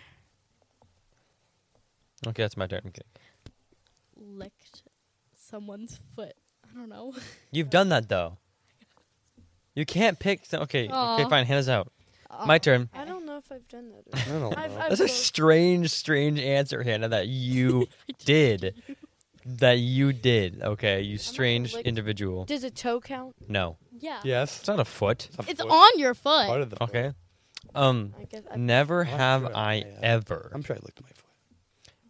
Speaker 1: Okay, that's my turn. I'm kidding.
Speaker 4: licked someone's foot. I don't know.
Speaker 1: You've done that though. You can't pick. Some, okay. Okay.
Speaker 4: Aw.
Speaker 1: Fine. Hannah's out. My turn.
Speaker 2: I don't know if I've done that.
Speaker 3: I
Speaker 2: Or
Speaker 3: don't know.
Speaker 2: I've- I've-
Speaker 1: That's a strange, strange answer, Hannah. That you did. That you did. Okay. You strange
Speaker 2: licked-
Speaker 1: individual.
Speaker 2: Does a toe count?
Speaker 1: No.
Speaker 4: Yeah.
Speaker 1: It's
Speaker 3: yes.
Speaker 1: not a foot.
Speaker 3: a
Speaker 4: It's
Speaker 3: foot.
Speaker 4: on your
Speaker 3: Part
Speaker 4: foot.
Speaker 3: of the foot.
Speaker 1: Okay. Um.
Speaker 2: I guess. I,
Speaker 1: Never
Speaker 3: I'm sure
Speaker 1: have
Speaker 3: I
Speaker 1: I
Speaker 3: have.
Speaker 1: ever.
Speaker 3: I'm sure I licked my foot.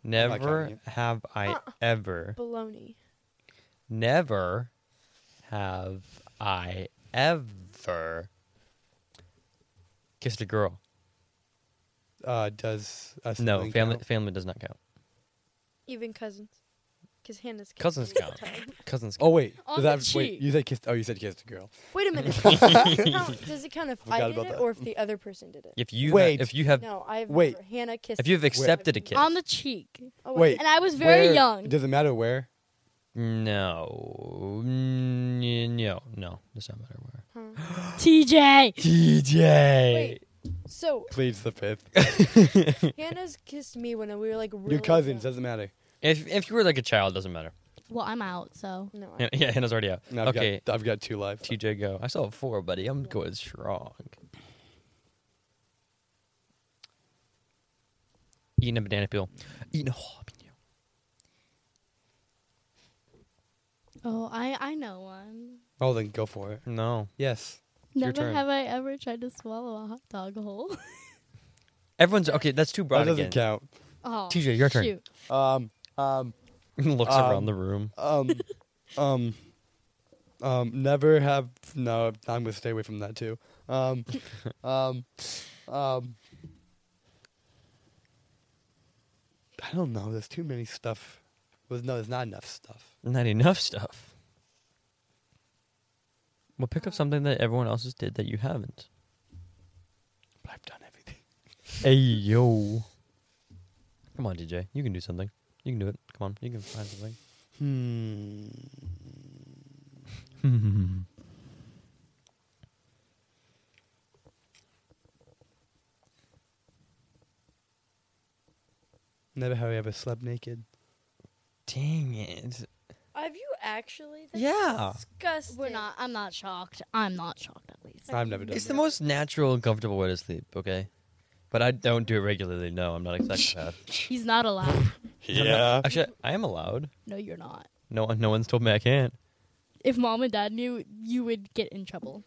Speaker 3: not counting
Speaker 1: Never
Speaker 3: it.
Speaker 1: have I
Speaker 2: Uh.
Speaker 1: ever.
Speaker 2: baloney.
Speaker 1: Never have I ever kissed a girl.
Speaker 3: Uh, does a
Speaker 1: No,
Speaker 3: sibling
Speaker 1: family
Speaker 3: count?
Speaker 1: family does not count.
Speaker 2: Even cousins. Because Hannah's
Speaker 1: Cousins
Speaker 2: all
Speaker 1: count.
Speaker 2: the time.
Speaker 1: Cousins.
Speaker 3: Oh wait,
Speaker 4: On
Speaker 3: does
Speaker 4: the
Speaker 3: that, wait.
Speaker 4: cheek.
Speaker 3: You said kissed. Oh, you said kissed a girl.
Speaker 2: Wait a minute. Does it count- Does it count if
Speaker 3: Forgot
Speaker 2: I did
Speaker 3: about
Speaker 2: it
Speaker 3: that.
Speaker 2: or if the other person did it?
Speaker 1: If you ha-
Speaker 3: Wait.
Speaker 1: if you have
Speaker 2: No, I've
Speaker 3: Wait.
Speaker 2: never. Hannah kissed.
Speaker 1: if you've accepted a
Speaker 2: Wait.
Speaker 1: kiss
Speaker 4: On the cheek.
Speaker 2: Oh,
Speaker 3: Wait.
Speaker 4: And I was very
Speaker 3: Where-
Speaker 4: young.
Speaker 3: It doesn't matter where.
Speaker 1: no N- no no does not matter where
Speaker 2: huh.
Speaker 4: TJ.
Speaker 1: DJ
Speaker 2: Wait. So
Speaker 3: Pleads the fifth.
Speaker 2: Hannah's kissed me when we were like. Really
Speaker 3: Your cousins
Speaker 2: young.
Speaker 3: doesn't matter.
Speaker 1: if if you were like a child doesn't matter
Speaker 4: Well, I'm out, so.
Speaker 2: No. I,
Speaker 1: yeah, yeah Hannah's already out
Speaker 3: No, I've
Speaker 1: okay
Speaker 3: Got, I've got two lives.
Speaker 1: TJ go I still have four buddy I'm going strong eating a banana peel eating a jalapeno
Speaker 4: Oh, I I know one.
Speaker 3: Oh, then go for it.
Speaker 1: no
Speaker 3: Yes.
Speaker 1: Your
Speaker 4: Never
Speaker 1: turn.
Speaker 4: have I ever tried to swallow a hot dog whole.
Speaker 1: everyone's okay that's too broad
Speaker 3: That doesn't
Speaker 1: again
Speaker 3: count.
Speaker 4: oh,
Speaker 1: TJ, your turn.
Speaker 4: shoot.
Speaker 3: Um. Um.
Speaker 1: looks
Speaker 3: Um,
Speaker 1: around the room
Speaker 3: Um. um. Um. Never have. No, I'm gonna stay away from that too. Um. um. Um. I don't know. There's too many stuff. Well, no, there's not enough stuff.
Speaker 1: Not enough stuff. Well, pick up something that everyone else has did that you haven't.
Speaker 3: But I've done everything.
Speaker 1: Hey yo. Come on, DJ. You can do something. You can do it. Come on. You can find something.
Speaker 3: Hmm. Never have I ever slept naked.
Speaker 1: Dang it.
Speaker 2: have you actually? That's
Speaker 1: Yeah.
Speaker 2: Disgusting.
Speaker 4: We're not. I'm not shocked. I'm not shocked at least.
Speaker 3: I've never done.
Speaker 1: It's the
Speaker 3: that.
Speaker 1: most natural and comfortable way to sleep, okay? But I don't do it regularly. No, I'm not a psychopath.
Speaker 4: He's not allowed.
Speaker 3: Yeah.
Speaker 1: Actually, I am allowed.
Speaker 4: no, you're not.
Speaker 1: No one, no one's told me I can't.
Speaker 4: If mom and dad knew, you would get in trouble.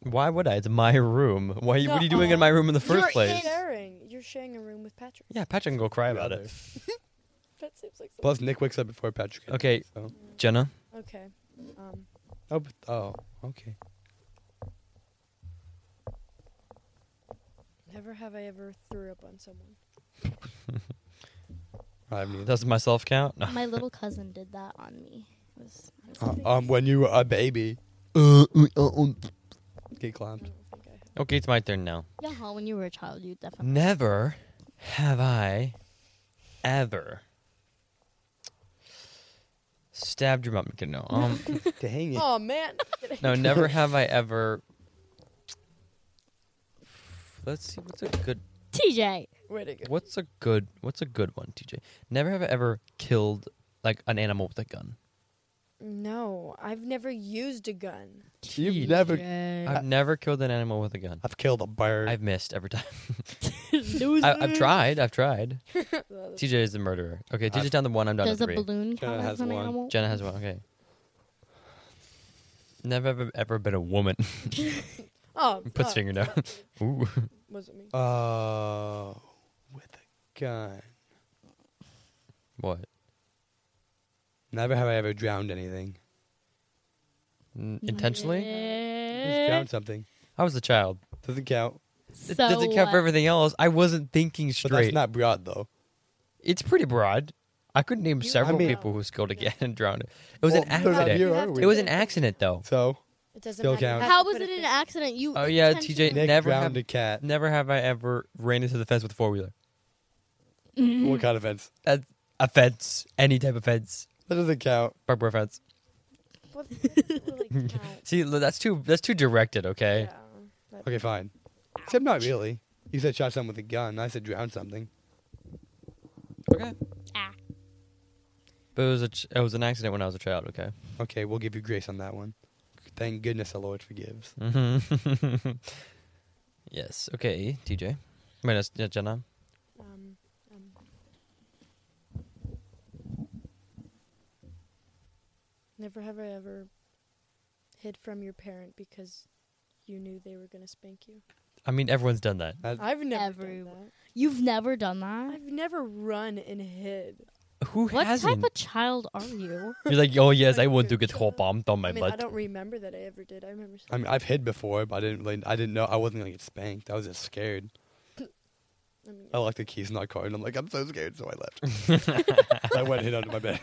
Speaker 1: Why would I? It's my room. Why? What are you doing in my room in the 1st
Speaker 2: You're
Speaker 1: place?
Speaker 2: sharing. You're sharing a room with Patrick.
Speaker 1: Yeah, Patrick can go cry about
Speaker 3: Rather.
Speaker 1: it.
Speaker 2: That seems like.
Speaker 3: Plus, Nick wakes up before Patrick. can,
Speaker 1: Okay.
Speaker 3: So.
Speaker 1: Jenna,
Speaker 2: Okay. Um.
Speaker 3: Oh, but, oh, okay.
Speaker 2: Never have I ever threw up on someone.
Speaker 3: I haven't either.
Speaker 1: does my self count? No.
Speaker 4: My little cousin did that on me. It was, it was-
Speaker 3: Uh, um, when you were a baby.
Speaker 1: Uh, um.
Speaker 3: Get
Speaker 2: I don't
Speaker 3: clowned.
Speaker 2: think I have.
Speaker 1: Okay, it's my turn now.
Speaker 4: yeah, huh, when you were a child, you definitely.
Speaker 1: Never have I ever stabbed your mom. Okay, No, um,
Speaker 3: Dang it.
Speaker 2: Oh man.
Speaker 1: no, never have I ever. Let's see. What's a good?
Speaker 4: TJ.
Speaker 2: Way to go.
Speaker 1: What's a good? What's a good one, TJ? Never have I ever killed like an animal with a gun.
Speaker 2: No, I've never used a gun.
Speaker 3: You've never.
Speaker 1: I've never killed an animal with a gun.
Speaker 3: I've killed a bird.
Speaker 1: I've missed every time.
Speaker 2: Loser.
Speaker 1: I, I've tried. I've tried.
Speaker 2: That is-
Speaker 1: TJ is the murderer. Okay,
Speaker 3: I've-
Speaker 1: TJ's down to one. I'm down
Speaker 4: Does
Speaker 1: to
Speaker 4: a
Speaker 1: three.
Speaker 4: balloon
Speaker 3: Jenna
Speaker 4: count
Speaker 3: has
Speaker 4: as an
Speaker 3: one.
Speaker 4: animal?
Speaker 1: Jenna has one. Okay. Never ever, ever been a woman.
Speaker 2: Oh,
Speaker 1: Puts
Speaker 2: oh,
Speaker 1: finger down. Ooh.
Speaker 2: wasn't me.
Speaker 3: Oh, with a gun.
Speaker 1: What?
Speaker 3: Never have I ever drowned anything.
Speaker 1: N-
Speaker 2: Mm,
Speaker 1: intentionally?
Speaker 4: Eh.
Speaker 3: Just drowned something.
Speaker 1: I was a child.
Speaker 3: Doesn't count.
Speaker 1: It doesn't count for
Speaker 4: what?
Speaker 1: everything else. I wasn't thinking
Speaker 3: But that's
Speaker 1: straight.
Speaker 3: not broad though.
Speaker 1: it's pretty broad. I could name
Speaker 2: You- I
Speaker 1: several
Speaker 3: mean-
Speaker 1: people who skilled again and drowned. It was an
Speaker 3: Well, no, no,
Speaker 1: accident.
Speaker 3: you
Speaker 2: You have
Speaker 3: are
Speaker 2: to-
Speaker 1: It was an
Speaker 2: Yeah.
Speaker 1: accident, though.
Speaker 3: So
Speaker 2: It doesn't
Speaker 3: Still
Speaker 2: matter. You
Speaker 3: count.
Speaker 2: have
Speaker 4: How
Speaker 2: to
Speaker 4: was
Speaker 2: put
Speaker 4: it
Speaker 2: a
Speaker 4: an
Speaker 2: fi-
Speaker 4: accident? You.
Speaker 1: Oh, yeah, TJ
Speaker 4: intentionally-
Speaker 3: Nick
Speaker 1: Never
Speaker 3: drowned
Speaker 1: have-
Speaker 3: a cat.
Speaker 1: Never have I ever ran into the fence with a four wheeler.
Speaker 3: What kind of fence?
Speaker 1: A, a fence, any type of fence,
Speaker 3: That doesn't count.
Speaker 1: barbed fence.
Speaker 2: What- that doesn't really count.
Speaker 1: See, l- that's too that's too directed. Okay,
Speaker 2: Yeah, that-
Speaker 3: Okay, fine. Except not really. You said shot someone with a gun. I said drown something.
Speaker 1: okay.
Speaker 4: Ah.
Speaker 1: But it was a ch- it was an accident when I was a child. Okay.
Speaker 3: Okay, we'll give you grace on that one. Thank goodness the Lord forgives.
Speaker 1: Mm-hmm. yes. Okay, TJ. I mean, that's yeah, Jenna.
Speaker 2: Um, um, never have I ever hid from your parent because you knew they were going to spank you.
Speaker 1: I mean, everyone's done that.
Speaker 3: That-
Speaker 2: I've never
Speaker 4: Every-
Speaker 2: done
Speaker 4: You've never done
Speaker 2: that.
Speaker 4: that.
Speaker 2: I've never run and hid.
Speaker 1: Who
Speaker 4: What
Speaker 1: hasn't?
Speaker 4: type of child are you?
Speaker 1: You're like, oh yes, I
Speaker 2: Like,
Speaker 1: will
Speaker 2: you're
Speaker 1: do get whole
Speaker 2: child.
Speaker 1: bombed on my
Speaker 2: I mean, I
Speaker 1: butt.
Speaker 2: don't remember that I ever did. I remember
Speaker 3: I mean, I've hid before, but I didn't. Really, I didn't know I wasn't gonna get spanked. I was just scared.
Speaker 2: I mean,
Speaker 3: I locked the keys in my car, and I'm like, I'm so scared, so I left. I went and hid under my bed.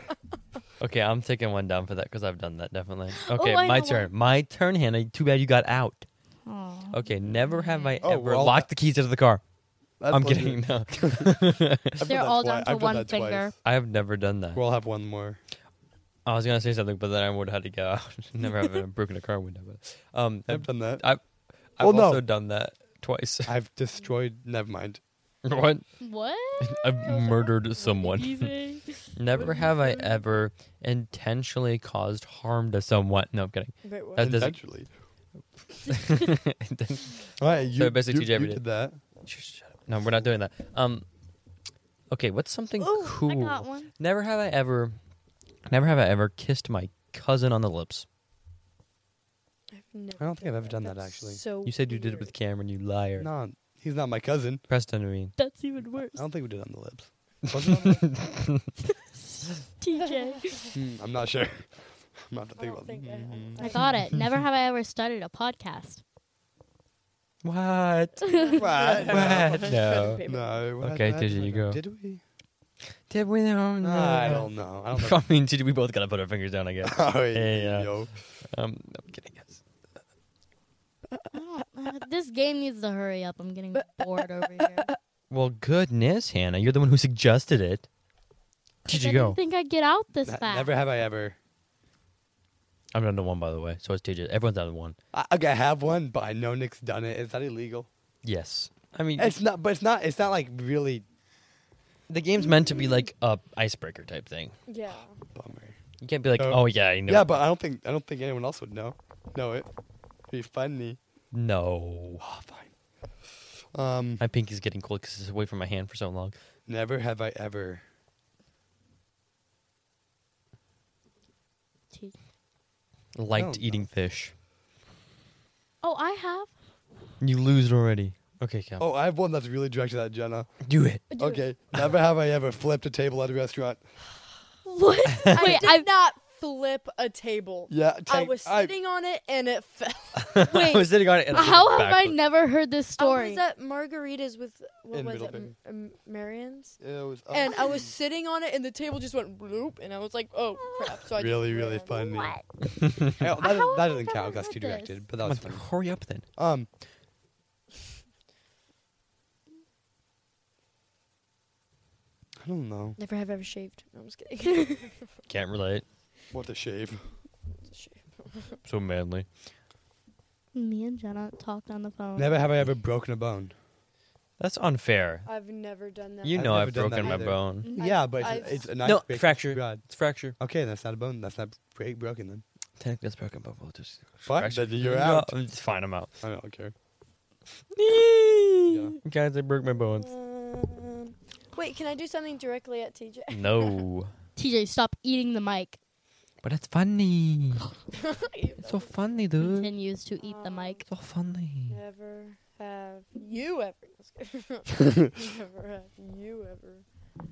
Speaker 1: Okay, I'm taking one down for that because I've done that definitely. Okay,
Speaker 4: Oh, I
Speaker 1: my
Speaker 4: know
Speaker 1: turn. My turn, Hannah. Too bad you got out.
Speaker 4: Aw.
Speaker 1: Okay, never have I
Speaker 3: Oh,
Speaker 1: ever
Speaker 3: we're all-
Speaker 1: locked the keys out of the car.
Speaker 3: That's
Speaker 1: I'm
Speaker 3: legit.
Speaker 1: kidding. No.
Speaker 3: I've done
Speaker 4: They're
Speaker 3: that
Speaker 4: all
Speaker 3: twi-
Speaker 4: down
Speaker 3: I've
Speaker 4: to
Speaker 3: done
Speaker 4: one
Speaker 3: that
Speaker 4: finger.
Speaker 3: twice.
Speaker 1: I have never done that.
Speaker 3: We'll have one more.
Speaker 1: I was gonna say something, but then I would have had to go out. never have ever broken a car window. But um,
Speaker 3: I've
Speaker 1: I've,
Speaker 3: done that.
Speaker 1: I've, I've
Speaker 3: Well, no.
Speaker 1: also done that twice.
Speaker 3: I've destroyed. Never mind.
Speaker 1: what?
Speaker 4: What?
Speaker 1: I've murdered someone. Never have I ever intentionally caused harm to someone. No, I'm kidding.
Speaker 2: wait, what?
Speaker 1: That doesn't-
Speaker 3: Intentionally. All right, you,
Speaker 1: basically
Speaker 3: you,
Speaker 1: TJ
Speaker 3: you
Speaker 1: did.
Speaker 3: did that.
Speaker 1: Shh, shut up. No, we're not doing that. Um, okay, what's something
Speaker 4: Ooh,
Speaker 1: cool?
Speaker 4: I got one.
Speaker 1: Never have I ever, never have I ever kissed my cousin on the lips.
Speaker 2: I've never
Speaker 3: I don't think I've ever done that,
Speaker 2: That's
Speaker 3: actually.
Speaker 2: So
Speaker 1: You said you did it
Speaker 2: Oh, weird.
Speaker 1: with Cameron, you liar.
Speaker 3: No, he's not my cousin.
Speaker 1: Preston, I mean.
Speaker 4: That's even worse.
Speaker 3: I don't think we did on the lips. Was it on the lips?
Speaker 4: TJ.
Speaker 3: Hmm, I'm not sure. I'm not to
Speaker 2: I
Speaker 3: think
Speaker 2: don't
Speaker 3: about.
Speaker 2: think
Speaker 3: Mhm.
Speaker 2: I,
Speaker 4: I
Speaker 2: I,
Speaker 4: got it. Never have I ever started a podcast.
Speaker 1: What?
Speaker 3: What?
Speaker 1: What? No.
Speaker 3: No. what
Speaker 1: Mm-hmm. Okay,
Speaker 3: happened?
Speaker 1: TJ, you go.
Speaker 3: Did we?
Speaker 1: Did we know?
Speaker 3: No, I don't know. I don't know.
Speaker 1: I mean, TJ, we both gotta put our fingers down, I guess.
Speaker 3: Oh,
Speaker 1: yeah.
Speaker 3: yo.
Speaker 1: Um, I'm kidding, guys.
Speaker 4: I don't, uh, this game needs to hurry up. I'm getting bored over here.
Speaker 1: Well, goodness, Hannah, you're the one who suggested it.
Speaker 4: I
Speaker 1: TJ,
Speaker 4: didn't
Speaker 1: go.
Speaker 4: think I'd get out this
Speaker 3: Ne-
Speaker 4: fast.
Speaker 3: Never have I ever.
Speaker 1: I'm down to one, by the way. So it's TJ. Everyone's down to one.
Speaker 3: I, okay, I have one, but I know Nick's done it. Is that illegal?
Speaker 1: Yes. I mean,
Speaker 3: It's not, but it's not. It's not like really
Speaker 1: the game's meant to be like a icebreaker type thing.
Speaker 2: yeah.
Speaker 3: bummer.
Speaker 1: You can't be like,
Speaker 3: Oh.
Speaker 1: oh yeah, I know.
Speaker 3: Yeah, but I don't think I don't think anyone else would know. Know it. Be funny.
Speaker 1: no.
Speaker 3: Oh, fine. Um,
Speaker 1: My pinky's getting cold because it's away from my hand for so long.
Speaker 3: never have I ever.
Speaker 4: T-
Speaker 1: Liked
Speaker 3: No,
Speaker 1: eating fish.
Speaker 4: oh, I have.
Speaker 1: You lose it already. Okay, Cam.
Speaker 3: Oh, I have one that's really directed at Jenna.
Speaker 1: Do it.
Speaker 2: Do it.
Speaker 3: Okay, never have I ever flipped a table at a restaurant.
Speaker 4: What? Wait,
Speaker 2: I did
Speaker 4: I've
Speaker 2: not flip a table.
Speaker 3: Yeah,
Speaker 2: I
Speaker 3: take-
Speaker 2: was sitting on it and it fell.
Speaker 1: I was sitting on it. And I
Speaker 4: How
Speaker 1: went
Speaker 4: have I
Speaker 1: backwards.
Speaker 4: never heard this
Speaker 2: I
Speaker 4: story?
Speaker 2: Oh, was at Margaritas with what
Speaker 3: In
Speaker 2: was it,
Speaker 3: Middlebury.
Speaker 2: M- um, Marion's,
Speaker 3: It was, uh,
Speaker 2: and I was sitting on it, and the table just went bloop, and I was like, "Oh crap!" So I just
Speaker 3: really, really
Speaker 2: ran.
Speaker 3: funny.
Speaker 4: What?
Speaker 3: Hell, that,
Speaker 4: How
Speaker 3: that
Speaker 4: have I
Speaker 3: doesn't count.
Speaker 4: never
Speaker 3: 'cause That's
Speaker 4: heard
Speaker 3: too
Speaker 4: this?
Speaker 3: directed, but that
Speaker 1: Come
Speaker 3: was
Speaker 1: on,
Speaker 3: funny.
Speaker 1: hurry up then.
Speaker 3: Um, I don't know
Speaker 2: Never have ever shaved. No, I'm just kidding.
Speaker 1: Can't relate.
Speaker 3: what to shave.
Speaker 1: So manly.
Speaker 4: Me and Jenna talked on the phone.
Speaker 3: Never have I ever broken a bone.
Speaker 1: That's unfair.
Speaker 2: I've never done that.
Speaker 1: You
Speaker 3: I've
Speaker 1: know
Speaker 3: never
Speaker 1: I've
Speaker 3: done that
Speaker 1: broken my
Speaker 3: either.
Speaker 1: bone.
Speaker 2: I've-
Speaker 3: yeah, but it's,
Speaker 2: I've-
Speaker 3: it's a nice
Speaker 1: No,
Speaker 3: break-
Speaker 1: fracture.
Speaker 3: God.
Speaker 1: It's fracture.
Speaker 3: Okay, that's not a bone. That's not break, broken then.
Speaker 1: Technically, it's broken, but we'll just.
Speaker 3: But
Speaker 1: fracture.
Speaker 3: then you're
Speaker 1: No,
Speaker 3: out.
Speaker 1: It's fine. I'm out.
Speaker 3: I don't care.
Speaker 1: Guys, I broke my bones.
Speaker 2: Um, wait, can I do something directly at TJ?
Speaker 1: No.
Speaker 4: TJ, stop eating the mic.
Speaker 1: But that's funny.
Speaker 2: You
Speaker 1: It's so funny, dude.
Speaker 4: Continues to eat the mic.
Speaker 1: So funny.
Speaker 2: Never have you ever. never have you ever.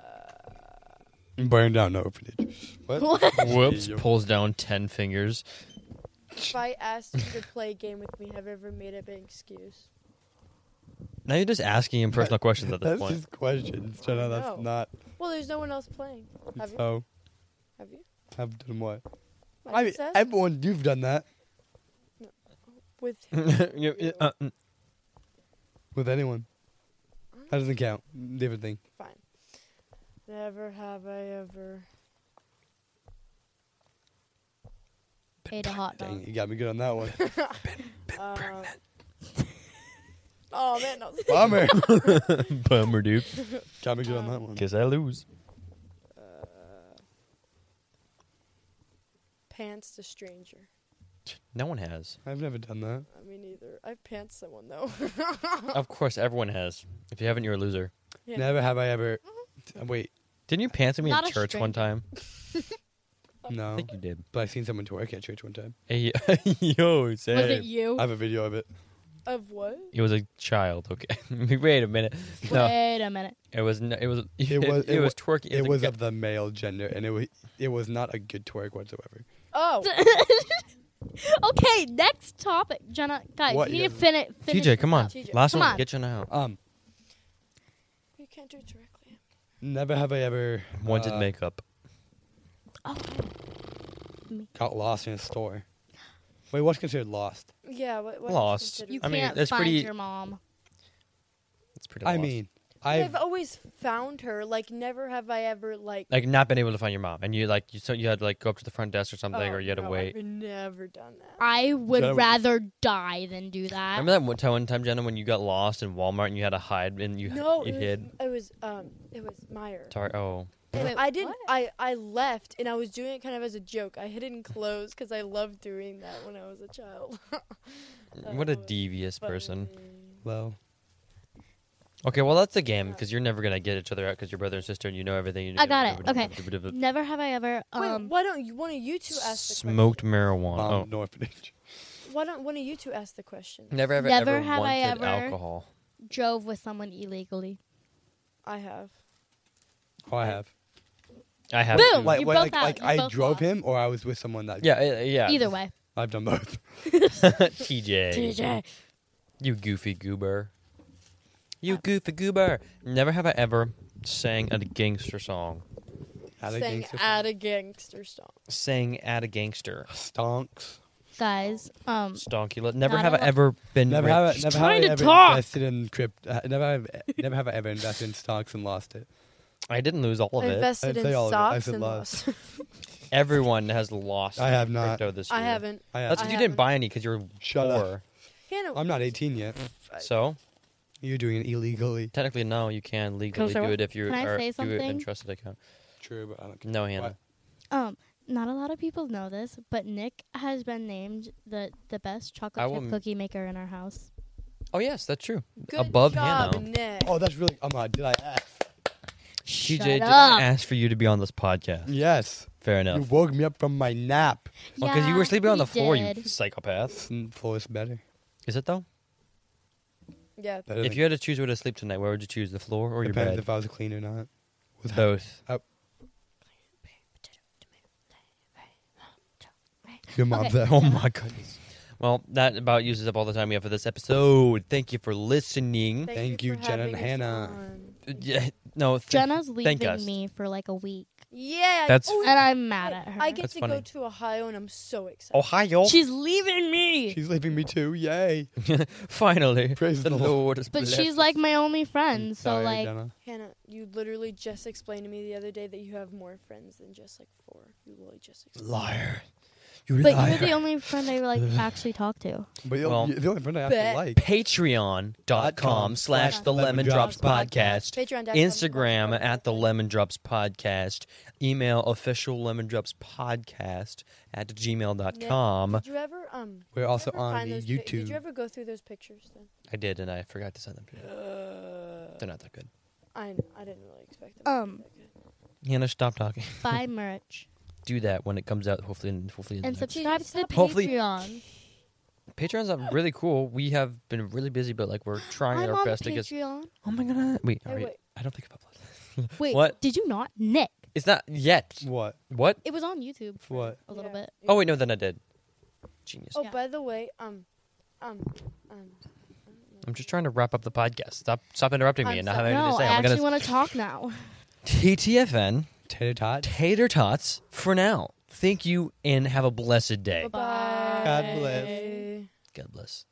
Speaker 2: uh,
Speaker 3: Burned down, no orphanage. What?
Speaker 1: Whoops.
Speaker 3: Yeah.
Speaker 1: Pulls down 10 fingers.
Speaker 2: If I asked you to play a game with me, have you ever made up an excuse?
Speaker 1: Now you're just asking impersonal questions at this
Speaker 3: That's
Speaker 1: point.
Speaker 3: just questions. Shut up,
Speaker 2: No.
Speaker 3: that's not.
Speaker 2: Well, there's no one else playing. Have you?
Speaker 3: So,
Speaker 2: Have you?
Speaker 3: have done what?
Speaker 2: Like
Speaker 3: I mean,
Speaker 2: said,
Speaker 3: everyone, you've done that
Speaker 2: with
Speaker 1: You- you- uh, mm.
Speaker 3: with anyone. That doesn't count. Different thing.
Speaker 2: fine. Never have I ever.
Speaker 4: Ate a hot
Speaker 3: Dang,
Speaker 4: dog.
Speaker 3: it, you got me good on that one.
Speaker 2: Um, oh man, no.
Speaker 3: Bummer.
Speaker 1: Bummer, dude.
Speaker 3: got me good on that one.
Speaker 1: Guess I lose.
Speaker 2: Uh, Pants to stranger.
Speaker 1: No one has.
Speaker 3: I've never done that.
Speaker 2: I mean, either I've pants someone though.
Speaker 1: Of course, everyone has. If you haven't, you're a loser.
Speaker 2: Yeah. Mm-hmm.
Speaker 3: Never have I ever. Wait,
Speaker 1: Didn't you pants at me
Speaker 4: Not
Speaker 1: in
Speaker 4: a
Speaker 1: church one
Speaker 4: stranger.
Speaker 1: time? I
Speaker 3: no.
Speaker 1: think you did.
Speaker 3: But I've seen someone twerk at church one time.
Speaker 1: Hey, yo, say.
Speaker 4: Was it you?
Speaker 3: I have a video of it.
Speaker 2: Of what?
Speaker 1: It was a child. Okay, wait a minute. No,
Speaker 4: Wait a minute.
Speaker 1: it was. n- It was. It,
Speaker 3: was-
Speaker 1: was. It,
Speaker 3: it
Speaker 1: was
Speaker 3: wa-
Speaker 1: twerking.
Speaker 3: It
Speaker 1: a
Speaker 3: was
Speaker 1: guy-
Speaker 3: of the male gender, and it was it was not a good twerk whatsoever.
Speaker 2: Oh,
Speaker 4: okay, next topic, Jenna. Guys,
Speaker 3: What,
Speaker 4: you
Speaker 3: you
Speaker 4: need to fini- finish.
Speaker 1: TJ, come
Speaker 4: this
Speaker 1: on.
Speaker 4: up.
Speaker 2: TJ.
Speaker 1: Last
Speaker 4: Come
Speaker 1: one.
Speaker 4: on.
Speaker 1: Get you now.
Speaker 3: Um,
Speaker 2: you can't do it directly.
Speaker 3: never have I ever
Speaker 1: Wanted
Speaker 3: uh,
Speaker 1: makeup.
Speaker 3: got lost in a store. Wait, what's considered lost?
Speaker 2: Yeah, what? what is
Speaker 1: Lost.
Speaker 2: considered-
Speaker 4: You
Speaker 1: I mean,
Speaker 4: can't
Speaker 1: that's
Speaker 4: find
Speaker 1: pretty-
Speaker 4: your mom.
Speaker 1: It's pretty.
Speaker 3: I
Speaker 1: lost.
Speaker 3: mean,
Speaker 2: But
Speaker 3: I've
Speaker 2: I've always found her. Like, never have I ever like.
Speaker 1: like not been able to find your mom, and you like you so you had to like go up to the front desk or something,
Speaker 2: oh,
Speaker 1: or you had to
Speaker 2: no,
Speaker 1: wait.
Speaker 2: I've never done that.
Speaker 4: I would
Speaker 3: Jenna-
Speaker 4: rather die than do that.
Speaker 1: Remember that one time, one time, Jenna, when you got lost in Walmart and you had to hide and you
Speaker 2: no,
Speaker 1: you
Speaker 2: it
Speaker 1: hid.
Speaker 2: was, it was um, it was Meyer.
Speaker 1: Sorry. Oh,
Speaker 2: And
Speaker 4: Wait,
Speaker 2: I didn't.
Speaker 4: what?
Speaker 2: I I left, and I was doing it kind of as a joke. I hid in clothes because I loved doing that when I was a child.
Speaker 1: Mm, what a
Speaker 2: Oh, was
Speaker 1: devious person.
Speaker 3: well,
Speaker 1: Okay, well that's the game because you're never gonna get each other out because you're brother and sister and you know everything. You
Speaker 4: I got it. Okay. Never have I ever.
Speaker 2: Wait,
Speaker 4: Um,
Speaker 2: why don't you? One of you two ask the
Speaker 1: Smoked
Speaker 2: question.
Speaker 1: marijuana.
Speaker 3: mom,
Speaker 1: Oh,
Speaker 3: an orphanage.
Speaker 2: Why don't one of you two ask the question?
Speaker 1: never ever
Speaker 4: Never
Speaker 1: ever
Speaker 4: have
Speaker 1: wanted
Speaker 4: I ever-
Speaker 1: alcohol.
Speaker 4: drove with someone illegally.
Speaker 2: I have.
Speaker 3: Oh, I have.
Speaker 1: I have.
Speaker 4: Boom!
Speaker 1: too.
Speaker 4: You
Speaker 3: Like,
Speaker 4: both
Speaker 3: what, like,
Speaker 4: have-
Speaker 3: like
Speaker 4: you
Speaker 3: I
Speaker 4: both
Speaker 3: drove
Speaker 4: lost.
Speaker 3: him, or I was with someone that.
Speaker 1: yeah, uh, yeah.
Speaker 4: Either way.
Speaker 3: I've done both.
Speaker 1: TJ.
Speaker 4: TJ.
Speaker 1: You goofy goober. You goofy goober. Never have I ever sang a gangster song.
Speaker 3: Had a
Speaker 2: Sang
Speaker 3: gangster-
Speaker 2: at a gangster song.
Speaker 1: Sang at a gangster.
Speaker 3: stonks.
Speaker 4: Guys, um,
Speaker 1: Stonky. Never
Speaker 4: Not
Speaker 1: have
Speaker 4: a
Speaker 1: I
Speaker 4: lot.
Speaker 1: ever been.
Speaker 3: Never
Speaker 1: rich.
Speaker 3: have, I- never have I
Speaker 4: trying to
Speaker 3: ever
Speaker 4: talk.
Speaker 3: invested in crypto. Uh, never have, never have I ever invested in stocks and lost it.
Speaker 1: I didn't lose all of
Speaker 2: I
Speaker 1: it.
Speaker 2: invested
Speaker 3: I'd
Speaker 2: in
Speaker 3: say all of it. I
Speaker 2: stocks
Speaker 3: said
Speaker 2: and
Speaker 3: lost.
Speaker 2: lost.
Speaker 1: Everyone has lost.
Speaker 3: I have not.
Speaker 1: Crypto this year.
Speaker 2: I haven't.
Speaker 3: I have.
Speaker 1: That's
Speaker 2: I
Speaker 1: because you didn't
Speaker 2: haven't.
Speaker 1: buy any because you were
Speaker 3: Shut up.
Speaker 1: poor.
Speaker 2: Hannah,
Speaker 3: I'm not 18 yet.
Speaker 1: So
Speaker 3: You're doing it illegally.
Speaker 1: technically, no, you can legally
Speaker 4: say
Speaker 1: do
Speaker 4: what?
Speaker 1: it if you
Speaker 4: Can I
Speaker 1: are
Speaker 4: say
Speaker 1: do it in
Speaker 4: something?
Speaker 1: trusted account.
Speaker 3: True, but I don't.
Speaker 1: No, Hannah.
Speaker 3: What?
Speaker 4: um, not a lot of people know this, but Nick has been named the the best
Speaker 1: I
Speaker 4: chocolate
Speaker 1: will-
Speaker 4: chip cookie maker in our house.
Speaker 1: Oh yes, that's true.
Speaker 2: Good
Speaker 1: Above
Speaker 2: job,
Speaker 1: Hannah.
Speaker 2: Nick.
Speaker 3: Oh, that's really. Oh my! Did I ask?
Speaker 1: TJ,
Speaker 4: Shut
Speaker 1: did
Speaker 4: up.
Speaker 1: I ask for you to be on this podcast?
Speaker 3: Yes.
Speaker 1: Fair
Speaker 3: You
Speaker 1: enough.
Speaker 3: woke me up from my nap.
Speaker 1: Because Oh, you were
Speaker 4: Yeah,
Speaker 1: sleeping on the
Speaker 4: we
Speaker 1: floor, you
Speaker 4: did.
Speaker 1: psychopath.
Speaker 3: Floor is better.
Speaker 1: Is it though?
Speaker 2: Yeah.
Speaker 3: Better
Speaker 1: If
Speaker 3: than-
Speaker 1: you had to choose where to sleep tonight, where would you choose? The floor or your
Speaker 3: depends
Speaker 1: bed?
Speaker 3: if I was clean or not. With Oh.
Speaker 1: Both.
Speaker 3: your mom.
Speaker 4: Okay.
Speaker 3: That
Speaker 1: Oh my goodness. Well, that about uses up all the time we have for this episode. Thank you for listening.
Speaker 2: Thank,
Speaker 3: Thank you,
Speaker 2: for
Speaker 3: Jen and
Speaker 2: having us
Speaker 3: Hannah.
Speaker 2: on.
Speaker 1: Yeah, no, th-
Speaker 4: Jenna's
Speaker 1: thank us.
Speaker 4: leaving me for like a week,
Speaker 2: Yeah.
Speaker 1: That's-
Speaker 2: oh,
Speaker 4: and I'm mad
Speaker 2: I,
Speaker 4: at her. Oh.
Speaker 2: I get
Speaker 1: That's
Speaker 2: to
Speaker 1: funny.
Speaker 2: go to Ohio, and I'm so
Speaker 3: Oh,
Speaker 2: excited.
Speaker 1: Ohio.
Speaker 4: She's leaving me,
Speaker 3: She's leaving me too. Yay!
Speaker 1: Finally,
Speaker 3: Praise the Lord.
Speaker 1: has
Speaker 4: but
Speaker 1: blessed
Speaker 4: she's
Speaker 1: us.
Speaker 4: like my only friend. So
Speaker 3: Sorry,
Speaker 4: like,
Speaker 3: Jenna.
Speaker 2: Hannah, you literally just explained to me the other day that you have more friends than just like four. You literally just explained.
Speaker 1: liar.
Speaker 3: You
Speaker 4: But
Speaker 3: liar.
Speaker 4: you're the only friend I like actually talk to.
Speaker 3: But you're,
Speaker 1: Well-
Speaker 3: you're the only friend I
Speaker 2: Bet.
Speaker 3: actually like. Dot com
Speaker 1: Patreon.com slash The
Speaker 3: slash
Speaker 1: Lemon
Speaker 3: Lemon
Speaker 1: Drops
Speaker 3: Drops
Speaker 1: Podcast.
Speaker 2: Patreon.com.
Speaker 1: Instagram at The Lemon Drops Podcast. Email official Lemon Drops Podcast at gmail.com.
Speaker 2: Did you ever um? did
Speaker 3: We're
Speaker 2: you
Speaker 3: also
Speaker 2: ever
Speaker 3: on
Speaker 2: find
Speaker 3: the
Speaker 2: those pic- did
Speaker 3: YouTube.
Speaker 2: you ever go through those pictures then?
Speaker 1: I did, and I forgot to send them to you.
Speaker 3: Uh,
Speaker 1: They're not that good.
Speaker 2: I know, I didn't really expect them. to be
Speaker 4: Um,
Speaker 2: that good.
Speaker 1: Hannah, stop talking.
Speaker 4: buy merch
Speaker 1: Do that when it comes out, hopefully. in- hopefully in
Speaker 4: and
Speaker 1: the next-
Speaker 4: subscribe to the
Speaker 1: Hopefully-
Speaker 4: Patreon.
Speaker 1: Patreon's are really cool. We have been really busy, but like we're trying
Speaker 4: I'm
Speaker 1: our
Speaker 4: on
Speaker 1: best to get.
Speaker 4: Patreon.
Speaker 1: Oh my god! Wait, are
Speaker 2: Hey,
Speaker 1: you-
Speaker 2: wait.
Speaker 1: I don't think I've uploaded.
Speaker 4: Wait,
Speaker 1: What?
Speaker 4: did you not, Nick?
Speaker 1: It's not yet.
Speaker 3: What?
Speaker 1: What?
Speaker 4: It was on YouTube for
Speaker 3: What?
Speaker 4: a little
Speaker 2: Yeah.
Speaker 4: bit.
Speaker 1: Oh wait, no, then I did. Genius.
Speaker 2: Oh,
Speaker 4: Yeah.
Speaker 2: by the way, um, um, um.
Speaker 1: I'm just trying to wrap up the podcast. Stop, stop interrupting me
Speaker 2: I'm
Speaker 1: and not
Speaker 2: so-
Speaker 1: have anything
Speaker 4: No,
Speaker 1: to
Speaker 4: I
Speaker 1: say. Oh I'm
Speaker 4: actually
Speaker 1: gonna
Speaker 4: want to talk now.
Speaker 1: TTFN
Speaker 3: Tater tot.
Speaker 1: tater tots for now. Thank you and have a blessed day.
Speaker 2: Bye.
Speaker 3: God bless.
Speaker 1: God bless.